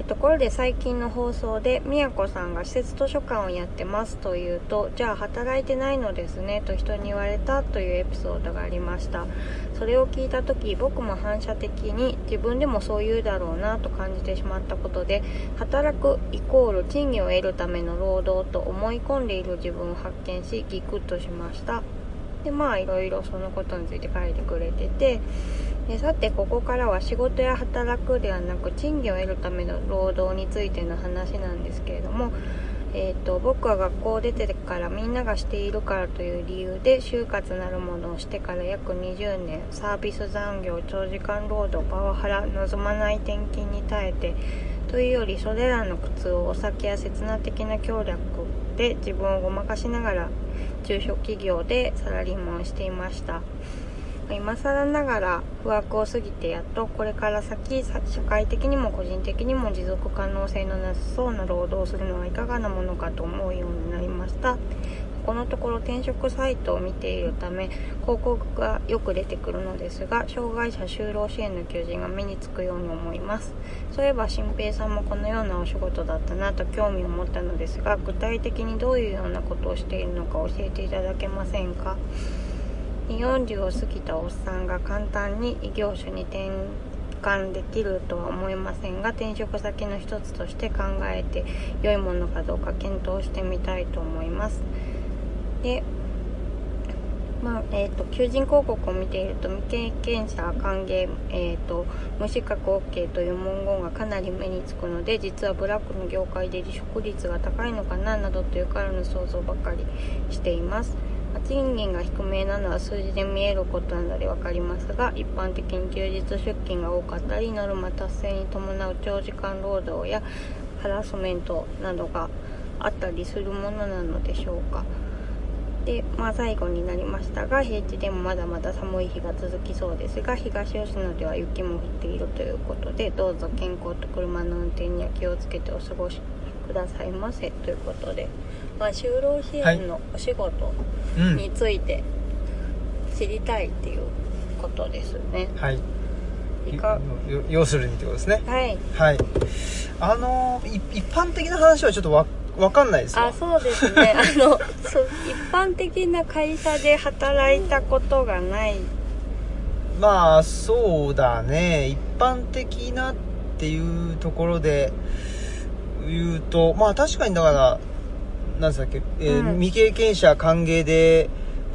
B: えところで最近の放送でみやこさんが施設図書館をやってますというとじゃあ働いてないのですねと人に言われたというエピソードがありましたそれを聞いた時僕も反射的に自分でもそう言うだろうなと感じてしまったことで働くイコール賃金を得るための労働と思い込んでいる自分を発見しギクッとしましたでまあいろいろそのことについて書いてくれててでさてここからは仕事や働くではなく賃金を得るための労働についての話なんですけれども、えー、と僕は学校を出てからみんながしているからという理由で就活なるものをしてから約20年サービス残業長時間労働パワハラ望まない転勤に耐えてというよりそれらの苦痛をお酒や刹那的な協力で自分をごまかしながら中小企業でサラリーマンをしていました今更ながら不惑を過ぎてやっとこれから先さ社会的にも個人的にも持続可能性のなさそうな労働をするのはいかがなものかと思うようになりましたこのところ転職サイトを見ているため広告がよく出てくるのですが障害者就労支援の求人が目につくように思いますそういえば新平さんもこのようなお仕事だったなと興味を持ったのですが具体的にどういうようなことをしているのか教えていただけませんか40を過ぎたおっさんが簡単に異業種に転換できるとは思えませんが転職先の一つとして考えて良いものかどうか検討してみたいと思いますでまあえー、と求人広告を見ていると未経験者歓迎、えー、と無資格 OK という文言がかなり目につくので実はブラックの業界で離職率が高いのかななどというからの想像ばかりしていますまあ賃金が低めなのは数字で見えることなので分かりますが一般的に休日出勤が多かったりノルマ達成に伴う長時間労働やハラスメントなどがあったりするものなのでしょうかで、まあ、最後になりましたが平地でもまだまだ寒い日が続きそうですが東吉野では雪も降っているということでどうぞ健康と車の運転には気をつけてお過ごしくださいませということで、まあ、就労支援のお仕事
A: うん
B: について知りたいっていうことですね
A: はい
B: いか
A: よ要するにってことですね
B: はい
A: はいあのい一般的な話はちょっとわわかんないです
B: あ
A: よ
B: そうです ねあのそう一般的な会社で働いたことがない
A: まあそうだね一般的なっていうところで言うとまあ確かにだからなんですかっけ、えー
B: うん
A: 未経験者歓迎で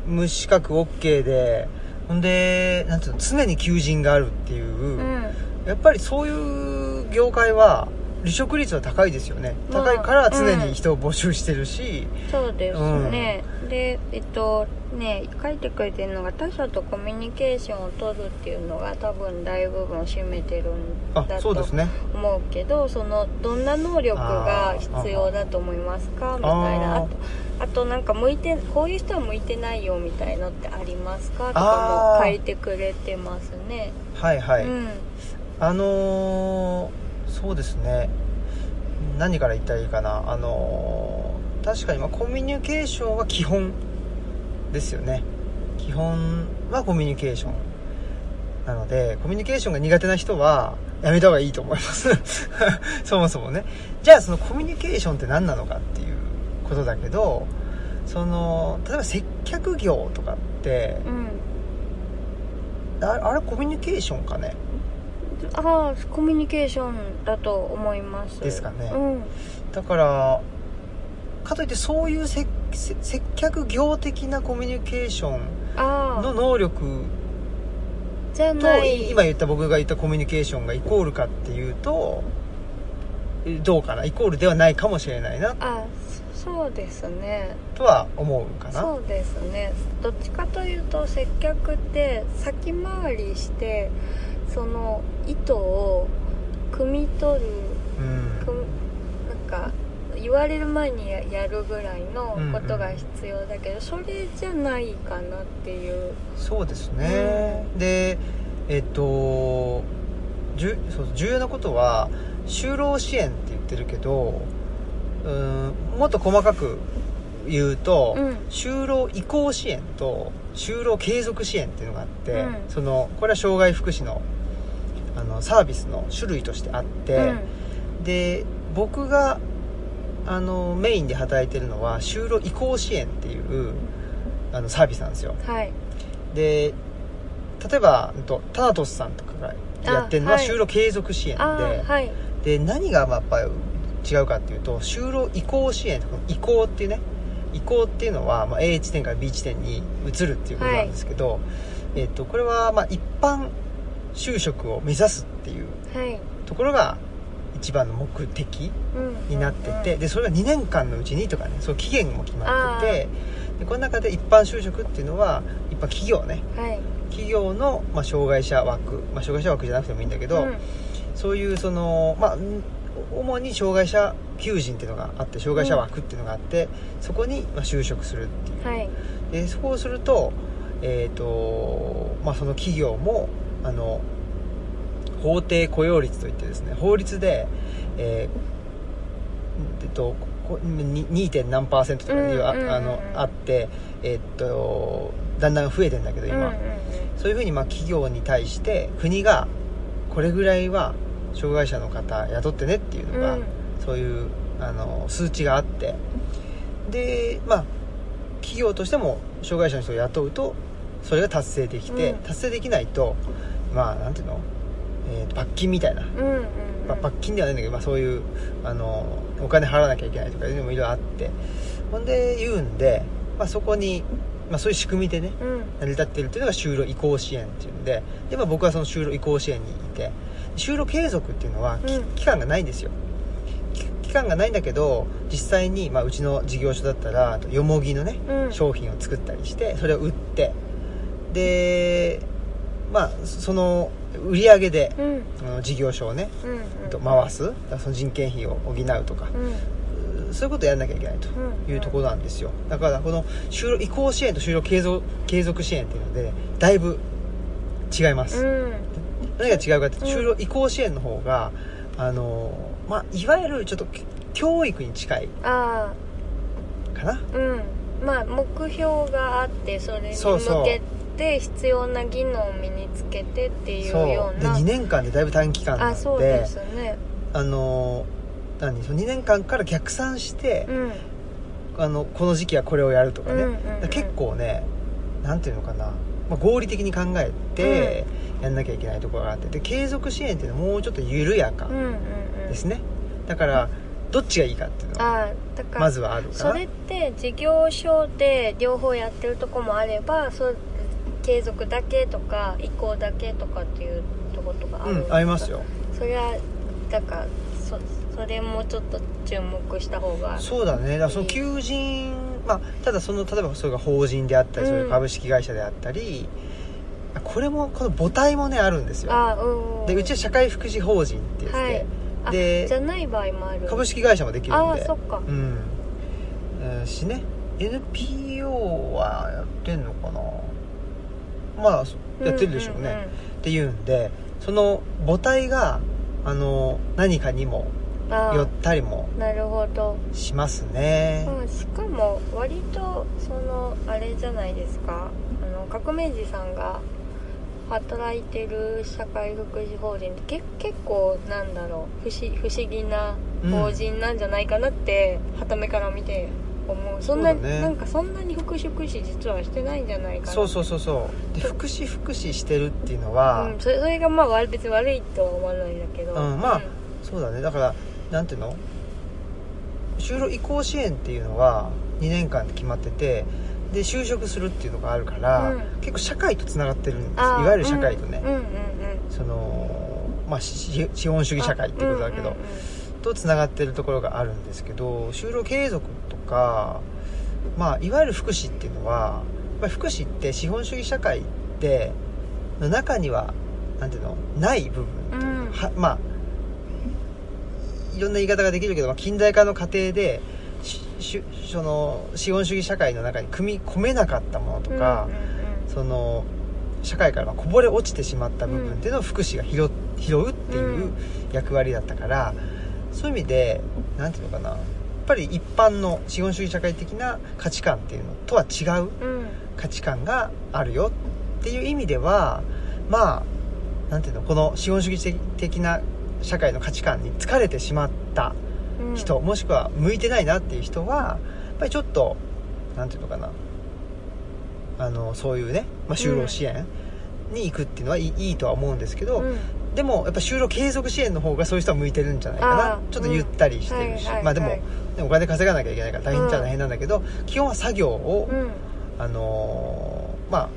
A: 無資格 OK でほんでなんていうの常に求人があるっていう、
B: うん
A: やっぱりそういう業界は離職率は高いですよね、
B: まあ
A: 高いから常に人を募集してるし、
B: そうですね、でえっとね書いてくれてるのが他者とコミュニケーションを取るっていうのが多分大部分を占めてるんだ
A: あ
B: と
A: そうですね
B: 思うけどそのどんな能力が必要だと思いますかみたいなあ
A: あー
B: とあとなんか向いてこういう人は向いてないよみたいのってありますかと
A: あ
B: か
A: ー
B: も書いてくれてますね、
A: はいはい、
B: うん
A: あのーそうですね何から言ったらいいかなあのー確かにまあコミュニケーションは基本ですよね基本はコミュニケーションなのでコミュニケーションが苦手な人はやめた方がいいと思います そもそもねじゃあそのコミュニケーションって何なのかっていうことだけどその例えば接客業とかって
B: うん
A: ああれコミュニケーションかね
B: ああコミュニケーションだと思います
A: ですかね
B: うん
A: だからかといってそういう接接接客業的なコミュニケーション
B: あ
A: の
B: あ
A: 能力
B: じゃ
A: と
B: ない
A: 今言った僕が言ったコミュニケーションがイコールかっていうとえどうかなイコールではないかもしれないな
B: あそそうですね
A: とは思うかな
B: そうですねどっちかというと接客って先回りしてその意図を汲み取る
A: うん
B: くなんか言われる前にややるぐらいのことが必要だけど、それじゃないかなっていう
A: そうですねでえっとじゅそう重要なことは就労支援って言ってるけどうんもっと細かく言うと、
B: うん
A: 就労移行支援と就労継続支援っていうのがあって、
B: うん
A: そのこれは障害福祉のあのサービスの種類としてあって、で僕があのメインで働いてるのは就労移行支援っていうあのサービスなんですよ
B: うん、はい
A: で例えばうんとタナトスさんとかがやってるのは
B: あはい
A: 就労継続支援で,、
B: あーはい
A: で何がまあやっぱり違うかっていうと就労移行支援移行っていうね移行っていうのは、まあ、A 地点から B 地点に移るっていうことなんですけど、えっとこれはまあ一般就職を目指すっていう
B: はい
A: ところが一番の目的
B: うん
A: になって
B: うん
A: てでそれが2年間のうちにとかねそう期限も決まっててでこの中で一般就職っていうのは一般企業ね
B: うんはい
A: 企業の、まあ、障害者枠、まあ、障害者枠じゃなくてもいいんだけど、
B: うん
A: そういうそのまあん主に障害者求人っていうのがあって障害者枠っていうのがあって、そこにまあ就職するっていう、
B: はい
A: でそこをすると,、えーとまあ、その企業もあの法定雇用率といってですね法律で、えーえっとここに 2. 点何パーセントとかいうあ
B: うんうんうんうん
A: あのあって、えっとだんだん増えてんだけど今、
B: うんうん
A: そういうふうにまあ企業に対して国がこれぐらいは障害者の方雇ってねっていう
B: う
A: の
B: ん
A: が、
B: うん
A: そういうあの数値があってでまあ企業としても障害者の人を雇うとそれが達成できて、
B: うん
A: 達成できないとまあなんていうの、えーと罰金みたいな、
B: うんうん
A: まあ罰金ではないんだけど、まあ、そういうあのお金払わなきゃいけないとかいうのもいろいろあってほんで言うんで、まあ、そこに、まあ、そういう仕組みでね
B: うん
A: 成り立っているというのが就労移行支援っていうんでで、まあ、僕はその就労移行支援にいて就労継続っていうのは、き
B: うん
A: 期間がないんですよき期間がないんだけど実際に、まあ、うちの事業所だったらあとよもぎのね
B: うん
A: 商品を作ったりしてそれを売ってでまあその売り上げで
B: うん
A: あの事業所をね
B: うんうん
A: と回すだからその人件費を補うとか
B: うん
A: そういうことをやらなきゃいけないと
B: うん
A: いうところなんですよだからこの就労移行支援と就労継続継続支援っていうのでだいぶ違いま
B: う
A: す、
B: ん
A: 何が違うかっていうと
B: うん
A: 就労移行支援の方があのーまあいわゆるちょっとき教育に近い
B: ああ
A: かな
B: うんまあ目標があってそれに
A: そうそう
B: 向けって必要な技能を身につけてっていう
A: そう
B: よう
A: で
B: な
A: 2年間でだいぶ短期間な
B: あそ
A: ん
B: う
A: で
B: ですね
A: あの何その2年間から逆算して
B: う、ん
A: あのこの時期はこれをやるとかね、
B: うんうんう
A: だ
B: ん
A: から結構ねなんていうのかな、まあ、合理的に考えてやんなきゃいけないところがあってで継続支援っていうのはもうちょっと緩やか
B: うんうんうん
A: ですね、だからどっちがいいかっていうのは
B: あだから
A: まずはあるか
B: そ
A: な
B: れって事業所で両方やってるとこもあればそう継続だけとか移行だけとかっていうとことがある
A: うん
B: ですか
A: ありますよ
B: それはだからそそれもちょっと注目した方が
A: そうだねだからその求人、まあ、ただその例えばそれが法人であったり、
B: うん
A: それが株式会社であったりあこれもこの母体もねあるんですよ
B: あうん
A: でうちは社会福祉法人って言って、
B: はいあ
A: で
B: じゃない場合もある
A: 株式会社もできるんで
B: ああそっか
A: うん、うん、しね NPO はやってんのかなまあそやってるでしょうね、
B: んん
A: っていうんでその母体があの何かにも
B: うんあ
A: 寄ったりも
B: なるほど、
A: しますね
B: まあ、しかも割とそのあれじゃないですかあの革命児さんが働いてる社会福祉法人ってけ結構なんだろう不思不思議な法人なんじゃないかなってはためから見て思うそんな
A: そうだね
B: なんかそんなに福祉福祉実はしてないんじゃないかな
A: そうそうそうそうで福祉福祉してるっていうのは、
B: うん、それそれがまあ悪い別に悪いとは思わないんだけど、
A: うんまあそうだねだからなんていうの就労移行支援っていうのは2年間で決まっててで就職するっていうのがあるから、
B: うん
A: 結構社会とつながってるんですい
B: あー
A: わゆる社会とね、
B: うんうんうん
A: そのまあ資資本主義社会っていうことだけど、
B: うんうんうん
A: とつながってるところがあるんですけど就労継続とか、まあ、いわゆる福祉っていうのはやっぱり福祉って資本主義社会での中にはなんていうのない部分
B: うん
A: はまあいろんな言い方ができるけど、まあ、近代化の過程でししその資本主義社会の中に組み込めなかったものとか、その社会からまあこぼれ落ちてしまった部分っていうのを福祉が拾拾うっていううん役割だったから、そういう意味でなんていうのかなやっぱり一般の資本主義社会的な価値観っていうのとは違う
B: うんうんうん
A: 価値観があるよっていう意味ではまあなんていうのこの資本主義的な社会の価値観に疲れてしまった
B: うんうん
A: 人、もしくは向いてないなっていう人はやっぱりちょっとなんていうのかなあのそういうね、まあ、就労支援に行くっていうのはいい,、いいとは思うんですけど、
B: うん
A: でもやっぱ就労継続支援の方がそういう人は向いてるんじゃないか
B: あ
A: な
B: ー
A: ちょっとゆったりしてるし、
B: うんはいはい
A: まあで
B: は
A: も
B: い
A: でもお金稼がなきゃいけないから大変っちゃ
B: うん
A: 大変なんだけど、基本は作業を、
B: うん
A: あのーまあ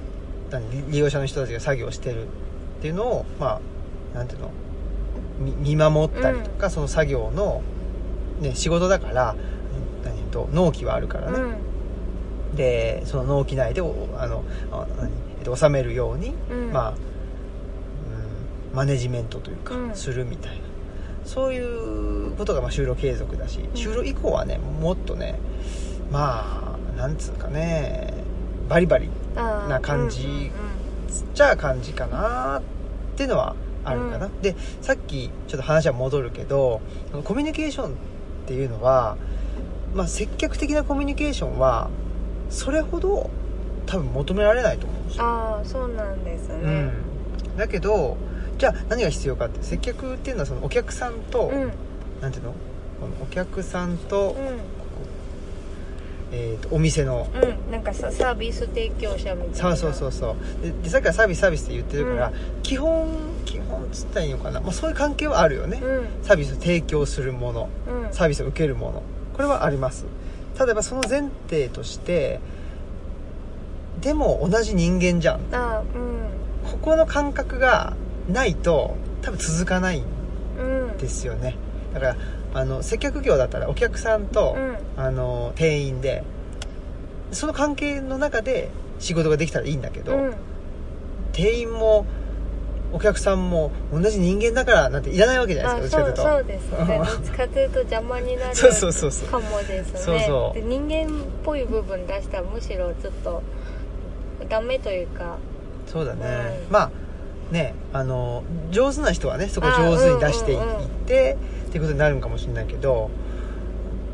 A: 何利用者の人たちが作業してるっていうのをまあなんていうのみ見守ったりとか、その作業の、ね、仕事だから何言うと納期はあるから
B: う
A: ね、
B: ん
A: でその納期内でおあのあ何、えっと、収めるように、
B: うん
A: まあ、うん、マネジメントというか、
B: うん
A: するみたいなそういうことがまあ就労継続だし、就労以降はねもっとねまあなんつうかねバリバリ
B: あー
A: な感じちっちゃい感じかなっていうのはあるかな、
B: う
A: でさっきちょっと話は戻るけどコミュニケーションっていうのは、まあ、積極的なコミュニケーションはそれほど多分求められないと思うんですよ
B: ああそうなんですね、
A: うん、だけどじゃあ何が必要かって接客っていうのはそのお客さんと、
B: うん
A: なんていうのこのお客さんと,、
B: うん
A: えーとお店の
B: うんなんかさサービス提供者みたいな
A: そうそうそううそうででさっきからサービスサービスって言ってるから、
B: うん
A: 基本基本っつったらいいのかな、まあ、そういう関係はあるよね、
B: うん
A: サービスを提供するもの
B: うん
A: サービスを受けるものこれはありますただやっぱその前提としてでも同じ人間じゃん
B: あーう
A: ここの感覚がないと多分続かないん
B: んうん
A: ですよねだからあの接客業だったらお客さんと、
B: うん
A: あの店員でその関係の中で仕事ができたらいいんだけど、
B: うん
A: 店員もお客さんも同じ人間だからなんていらないわけじゃない
B: あ
A: ですか
B: そ
A: どっ
B: う
A: ちかと
B: そ
A: いう
B: うです ねどっちかというと邪魔になる
A: とそうそうそうそう
B: かもですね
A: そうそう
B: で人間っぽい部分出したらむしろちょっとダメというか
A: そうだね、
B: うん
A: まあねあの上手な人はねそこを上手に出してい
B: あうんうんうん
A: ってっていうことになるんかもしれないけど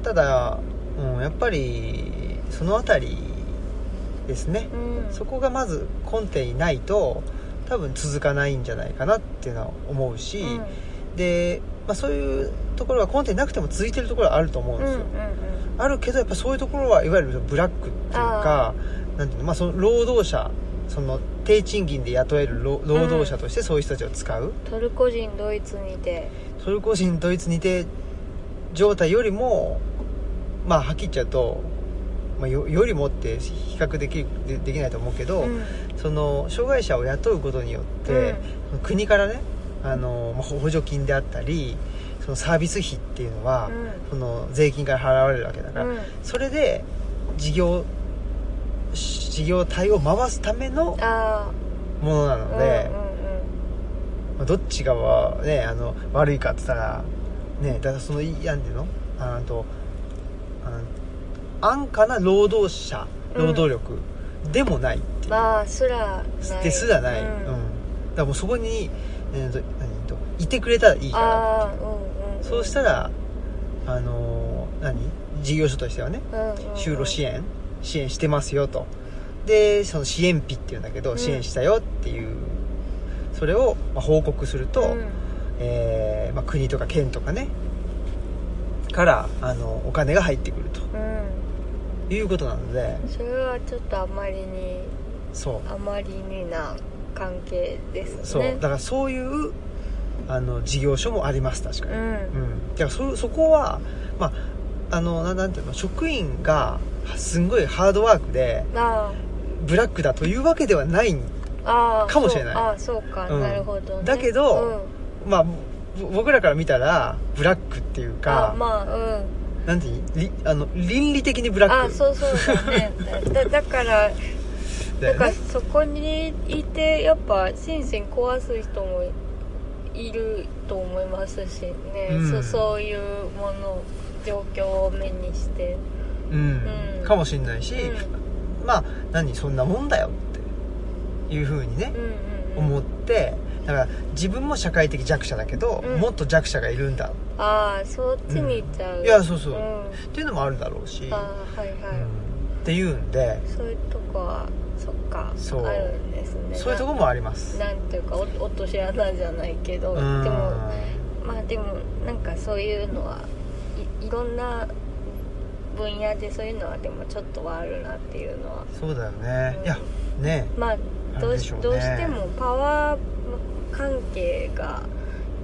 A: ただ、うん、やっぱりその辺りでですね
B: うん
A: そこがまず根底にないと多分続かないんじゃないかなっていうのは思うし、
B: うん
A: で、まあ、そういうところは根底になくても続いてるところはあると思うん
B: う
A: です
B: ん
A: よ、
B: うん
A: あるけどやっぱそういうところはいわゆるブラックっていうかなんていうの、まあ、その労働者その低賃金で雇える労労働者としてそういう人たちを使う、
B: トルコ人ドイツにて
A: それこそドイツにて状態よりもまあはっきり言っちゃうと、まあ、よよりもって比較できるでできないと思うけど、
B: うん
A: その障害者を雇うことによって、国からねあのまあ補助金であったりそのサービス費っていうのは、
B: う
A: その税金から払われるわけだから、
B: んうん
A: それで事業事業体を回すための
B: あ
A: ものなの
B: あ
A: で、
B: う
A: ま
B: ん
A: あどっちがは、ね、あの悪いかって言ったら、ね、だからそのいなんていうのあとあ安価な労働者
B: うん
A: 労働力でもない、
B: うんまあすらない
A: ですらない、
B: う
A: うん
B: ん
A: だからもうそこに、えーと何といてくれたらいいかな
B: ああうんうん
A: そうしたらあのー何事業所としてはね
B: うんうんうん
A: 就労支援支援してますよとでその支援費っていうんだけど、
B: うん
A: 支援したよっていうそれをまあ報告すると、
B: うん
A: えーまあ、国とか県とかねからあのお金が入ってくると
B: う
A: いうことなので
B: んそれはちょっとあまりに
A: そう
B: あまりにな関係ですね
A: そう、だからそういうあの事業所もあります確か
B: う
A: に、うん
B: ん
A: だからそそこはまああのななんていうの職員がすんごいハードワークで
B: あ
A: ブラックだというわけではない
B: あああ
A: かもしれない
B: そうああそうか、
A: うん
B: なるほど、ね、
A: だけど
B: うん
A: まあぼ僕らから見たらブラックっていう
B: あ
A: か
B: まあうん
A: なんていうりあの倫理的にブラッ
B: あ
A: ク
B: そうそう だねだだから
A: だ
B: なん
A: よね
B: かそこにいてやっぱ心身壊す人もいると思いますしね、
A: うん
B: そそういうもの状況を目にして
A: うん
B: うん
A: かもしれないし、
B: う
A: まあ何そんなもんだよっていうふうにね
B: ん、うんうんうん
A: 思ってだから自分も社会的弱者だけど、
B: うん
A: もっと弱者がいるんだ
B: ああそっちに行っちゃう、
A: いやそうそうう、
B: ん、
A: っ
B: あ
A: ていうのもあるだろうし、
B: あはいはい、
A: うんっていうんで
B: そういうとこはそっか
A: そう
B: あるんですね
A: そういうとこもあります
B: ななんていうかお落とし穴じゃないけど
A: う
B: で
A: ん
B: もまあでもなんかそういうのはいいろんな分野でそういうのはでもちょっとはあるなっていうのは、
A: そうだよね、
B: うん
A: いやね
B: まあど
A: あ
B: う
A: るで
B: し
A: しょうね
B: どうしてもパワー関係が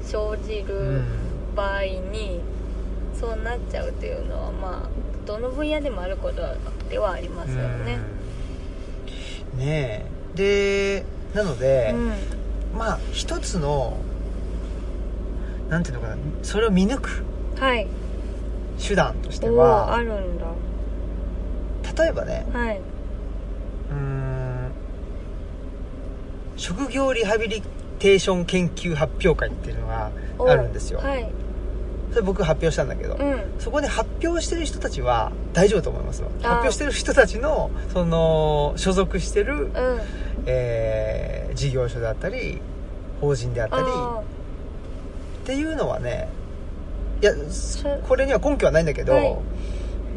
B: 生じ
A: う
B: る場合にそうなっちゃうっていうのはまあどの分野でもあることではありますよね。
A: うんねえでなので、
B: うん
A: まあ一つのなんていうのかなそれを見抜く
B: はい。
A: 手段として
B: おおあ
A: は
B: るんだ。
A: 例えばね
B: はい。
A: うーん職業リハビリテーション研究発表会っていうのが
B: お
A: あるんですよ
B: はい。
A: それ僕発表したんだけど、
B: うん。
A: そこで発表してる人たちは大丈夫と思いますよ
B: あー
A: 発表してる人たちのその所属してる、
B: うん。
A: えー事業所だったり法人であったり
B: あ
A: っていうのはねいや
B: う
A: これには根拠はないんだけど、
B: はい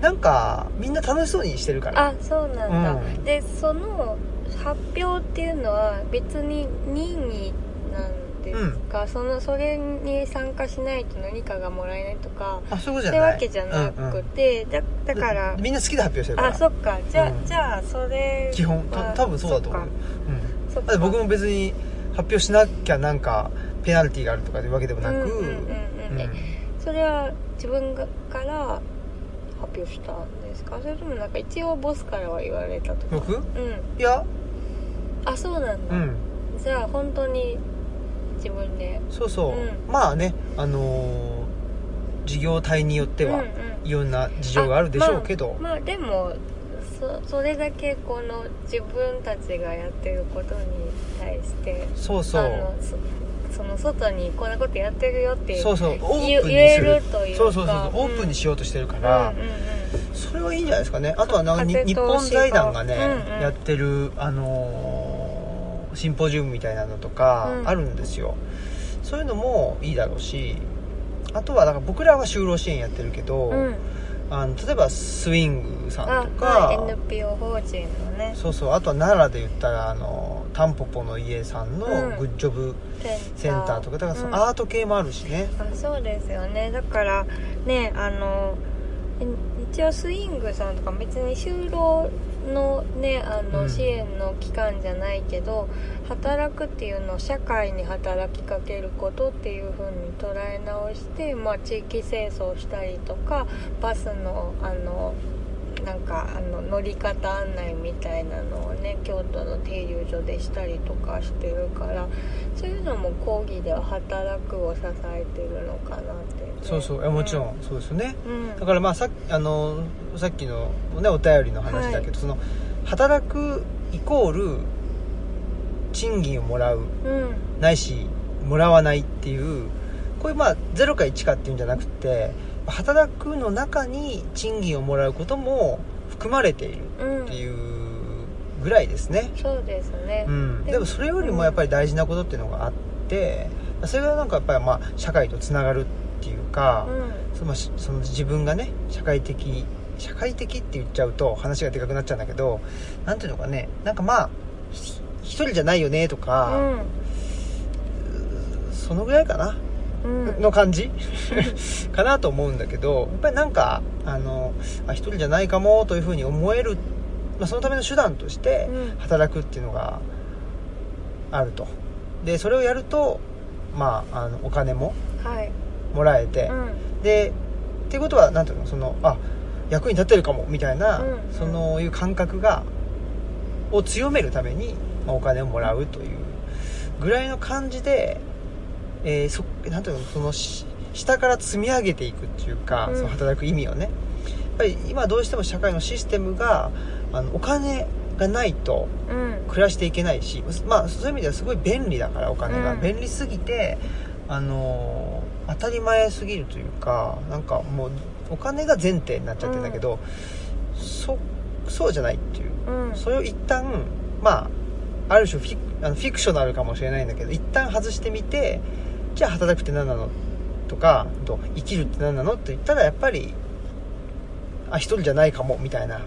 A: なんかみんな楽しそうにしてるから
B: ああそうなんだ、
A: うん
B: でその発表っていうのは別に任意なんですか、そのそれに参加しないと何かがもらえないとか
A: あそういうこと
B: そう
A: じ
B: いう
A: ゃない
B: わけじゃな
A: うんう
B: く
A: ん
B: て、だだから
A: みんな好きで発表してるから
B: あそっかじゃあ、
A: うん
B: じゃあそれ
A: 基本
B: は
A: た多分そうだと思う、
B: そっか
A: う
B: そっ
A: ん、
B: か
A: だって僕も別に発表しなきゃなんかペナルティーがあるとかいうわけでもなく
B: うんうんうんうんえそれは自分がから発表したんですかそれともなんか一応ボスからは言われたとか
A: 僕
B: うん
A: いや
B: あそうなん
A: う
B: だ、
A: ん
B: じゃあ本当に自分で
A: そうそう、
B: う
A: まあねあのー事業体によっては
B: うんうん
A: いろんな事情があるでしょうけど、
B: まあ、まあでもそそれだけこの自分たちがやってることに対して
A: そうそ
B: あ
A: う
B: のそその外にこんなことやってるよって
A: そうそうオ
B: 言
A: ープン
B: 言
A: に
B: え
A: する
B: るというか
A: そうそうそうそう、
B: ん
A: オープンにしようとしてるから、
B: うんうんうん
A: それはいいんじゃないですかねあとはなんかに日
B: 風通しが
A: 本財団がね、
B: うんうん
A: やってる、あのーシンポジウムみたいなのとか
B: うん
A: あるんですよ、そういうのもいいだろうしあとはだから僕らは就労支援やってるけど、
B: うん
A: あの例えばスイングさ
B: あ
A: んと
B: は
A: か
B: い NPO 法人のね
A: そうそうあとは奈良で言ったらあのタンポポの家さんの
B: うん
A: グッジョブセンターとか、だからそ
B: うん
A: のアート系もあるしね、
B: あそうですよねだからねあのえ一応スイングさんとか別に就労のねあ
A: う
B: の
A: ん
B: 支援の機関じゃないけど、働くっていうのを社会に働きかけることっていう風に捉え直して、まあ、地域清掃したりとかバスのあのなんかあの乗り方案内みたいなのをね京都の停留所でしたりとかしてるからそういうのも講義では働くを支えてるのかなって、ね、
A: そうそういやもちろんそうですよね、
B: うん、うん、
A: だからまあさっあのさっきの、ね、お便りの話だけど、その働くイコール賃金をもらう
B: うん
A: ないしもらわないっていうこういうまあ0か1かっていうんじゃなくて働くの中に賃金をもらうことも含まれている
B: うん
A: っていうぐらいですね、
B: そうですね
A: う、ん、でもそれよりもやっぱり大事なことっていうのがあってそれがなんかやっぱりまあ社会とつながるっていうか、
B: うん
A: そのしその自分がね社会的社会的って言っちゃうと話がでかくなっちゃうんだけどなんていうのかねなんかまあひ一人じゃないよねとか、そのぐらいかな
B: うんうん
A: の感じ かなと思うんだけどやっぱりなんかあのあ一人じゃないかもというふうに思える、まあ、そのための手段として
B: うん
A: 働くっていうのがあるとでそれをやるとまああのお金も
B: はい
A: もらえて、
B: うん
A: でっていうことは何ていうのそのあ役に立ってるかもみたいな、
B: うんうん
A: そのいう感覚がを強めるために、まあお金をもらうというぐらいの感じで、えーそなんていうのそのし下から積み上げていくっていうか、
B: うん
A: その働く意味をねやっぱり今どうしても社会のシステムがあのお金がないと
B: うん
A: 暮らしていけないし、まあ、そういう意味ではすごい便利だからお金が、
B: うん
A: 便利すぎて、あのー当たり前すぎるというかなんかもうお金が前提になっちゃってるんだけど、そそうじゃないっていう
B: うん
A: それを一旦まあある種フィクあのフィクショナルかもしれないんだけど一旦外してみてじゃあ働くって何なのとかあと生きるって何なのって言ったらやっぱりあ一人じゃないかもみたいな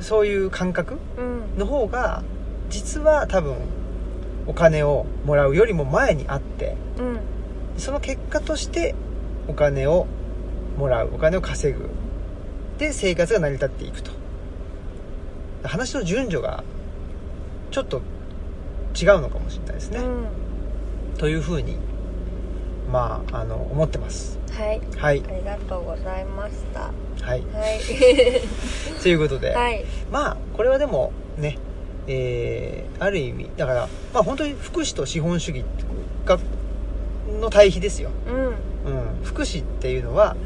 A: そういう感覚
B: うん
A: の方が実は多分お金をもらうよりも前にあって
B: うん
A: その結果としてお金をもらうお金を稼ぐで生活が成り立っていくと話の順序がちょっと違うのかもしれないです
B: う
A: ね、
B: ん
A: というふうにまああの思ってます
B: はい
A: はい
B: ありがとうございました
A: はい
B: はい
A: ということで、
B: はい
A: まあこれはでもねえーある意味だからまあ本当に福祉と資本主義がの対比ですよ、
B: うん
A: うん、福祉っていうのは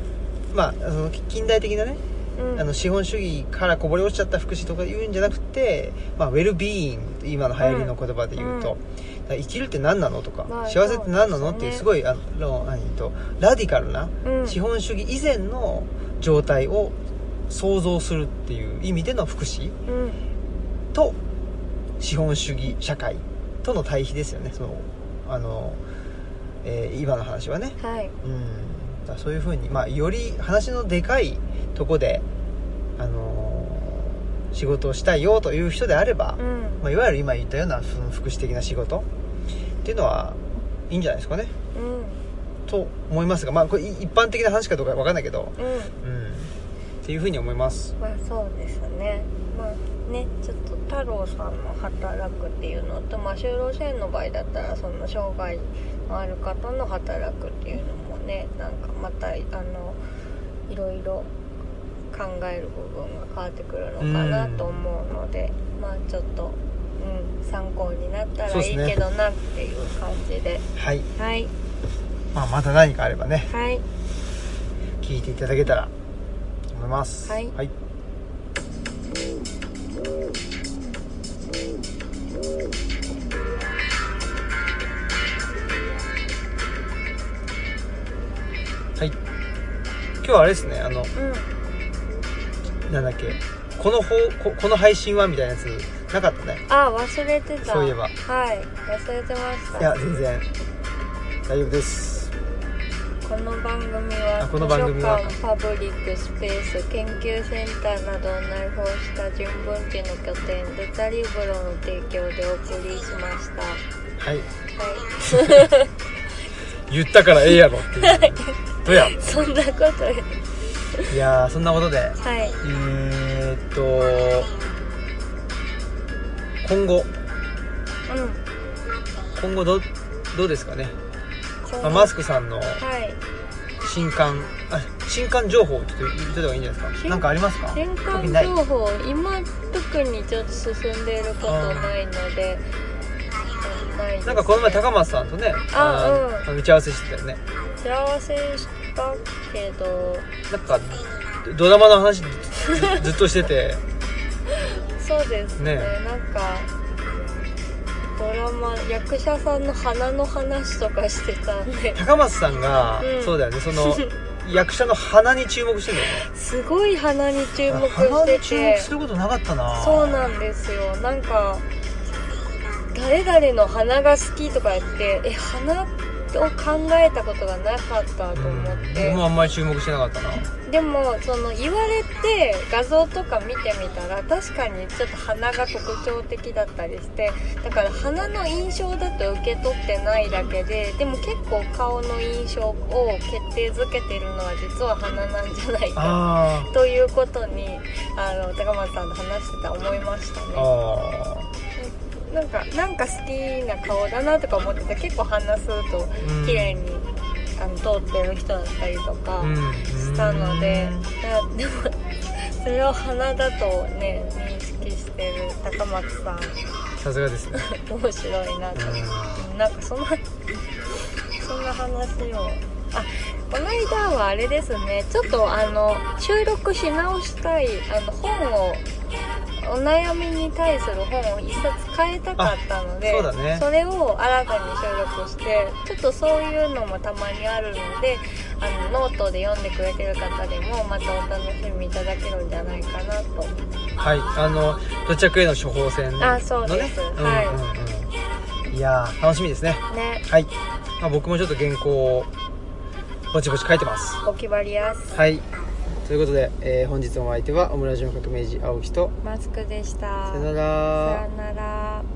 A: まあその近代的なね、
B: うん
A: あの資本主義からこぼれ落ちちゃった福祉とか言うんじゃなくて、まあ、ウェルビーイング今の流行りの言葉で言うと、
B: うん
A: だから生きるって何なのとか、
B: まあ
A: 幸せって何なのっていうす
B: そ
A: ごいあの何とラディカルな
B: うん
A: 資本主義以前の状態を想像するっていう意味での福祉、
B: うん
A: と資本主義社会との対比ですよねそのあの、えー今の話はね、
B: はい
A: うん、だからそういうふうに、まあ、より話のでかいとこで、あのー仕事をしたいよという人であれば、
B: うん
A: まあ、いわゆる今言ったようなその福祉的な仕事っていうのはいいんじゃないですかね
B: うん
A: と思いますが、まあ、これい一般的な話かどうかわかんないけど、
B: うん
A: うん、っていうふうに思います。
B: まあそうですねまあねちょっと太郎さんの働くっていうのとまあ就労支援の場合だったらその障害のある方の働くっていうのもねなんかまたあのいろいろ考える部分が変わってくるのかなと思うので、まあちょっと、うん、参考になった
A: そう
B: ら
A: です
B: いい
A: ね
B: けどなっていう感じで
A: はい、
B: はい
A: まあ、また何かあればね
B: はい
A: 聞いていただけたらと思います
B: はい
A: はい、はい今日はあれですねあの
B: うん
A: なんだっけこの方ここの配信はみたいなやつなかったね
B: あ忘れてた
A: そういえば
B: はい忘れてました
A: いや全然大丈夫です
B: この番組
A: あ
B: は
A: この番組は
B: 図書館パブリックスペース研究センターなどを内包した人文地の拠点ルタリブロの提供でお送りしましたは
A: はい
B: い
A: 言ったからええやろって いうどうや
B: そんなことよ
A: いやーそんなことで
B: はい
A: えー、っと今後
B: うん
A: 今後どうどうですかね、
B: こん
A: まあ、マスクさんの
B: はい
A: 新刊あ新刊情報をちょっと言っといた方がいいんじゃないですか
B: 新
A: なんかありますか
B: 転
A: 特に
B: 換
A: ない
B: 情報今特にちょっと進んでいることないのでないですね
A: なんかこの前高松さんとね
B: あ
A: の打ち合わせしてたよね
B: 幸せしたけど
A: なんかドラマの話ずずっ としてて
B: そうですね
A: ね
B: なんかドラマ役者さんの鼻の話とかしてたんで
A: 高松さんが、
B: うん
A: そうだよねその役者の鼻に注目してるよね
B: すごい鼻に注目
A: 鼻
B: して
A: に注目
B: て
A: することなかったな
B: そうなんですよなんか誰々の鼻が好きとか言ってえ鼻を考えたことがなかったと思っ
A: うん
B: て、
A: 僕もあんまり注目してなかったな
B: でもその言われて画像とか見てみたら確かにちょっと鼻が特徴的だったりしてだから鼻の印象だと受け取ってないだけででも結構顔の印象を決定づけてるのは実は鼻なんじゃないか
A: あー
B: ということにあの高松さんと話してた思いましたね
A: あ
B: なんかなんか好きな顔だなとか思ってた結構鼻すーと
A: ーうん
B: 綺麗にあの通ってる人だったりとか。
A: うん
B: したので、いやでもそれを花だとね認識してる高松さん
A: さすがですね
B: 面白いなとなんかそんな そんな話をあこの間はあれですねちょっとあの収録し直したいあの本をお悩みに対する本を一冊変えたかったので
A: あそうだね
B: それを新たに収録してちょっとそういうのもたまにあるのであのノートで読んでくれてる方でもまたお楽しみいただけるんじゃないかなと
A: はいあの到着への処方箋のね
B: あそうです
A: うんうんうん
B: はい
A: やー楽しみですね
B: ね
A: はい、まあ、僕もちょっと原稿をぼちぼち書いてます
B: お決まりやす
A: はいということで、えー本日のお相手はオムラジオ革命児青木と
B: マスクでした
A: さよな
B: さ
A: ら
B: よなら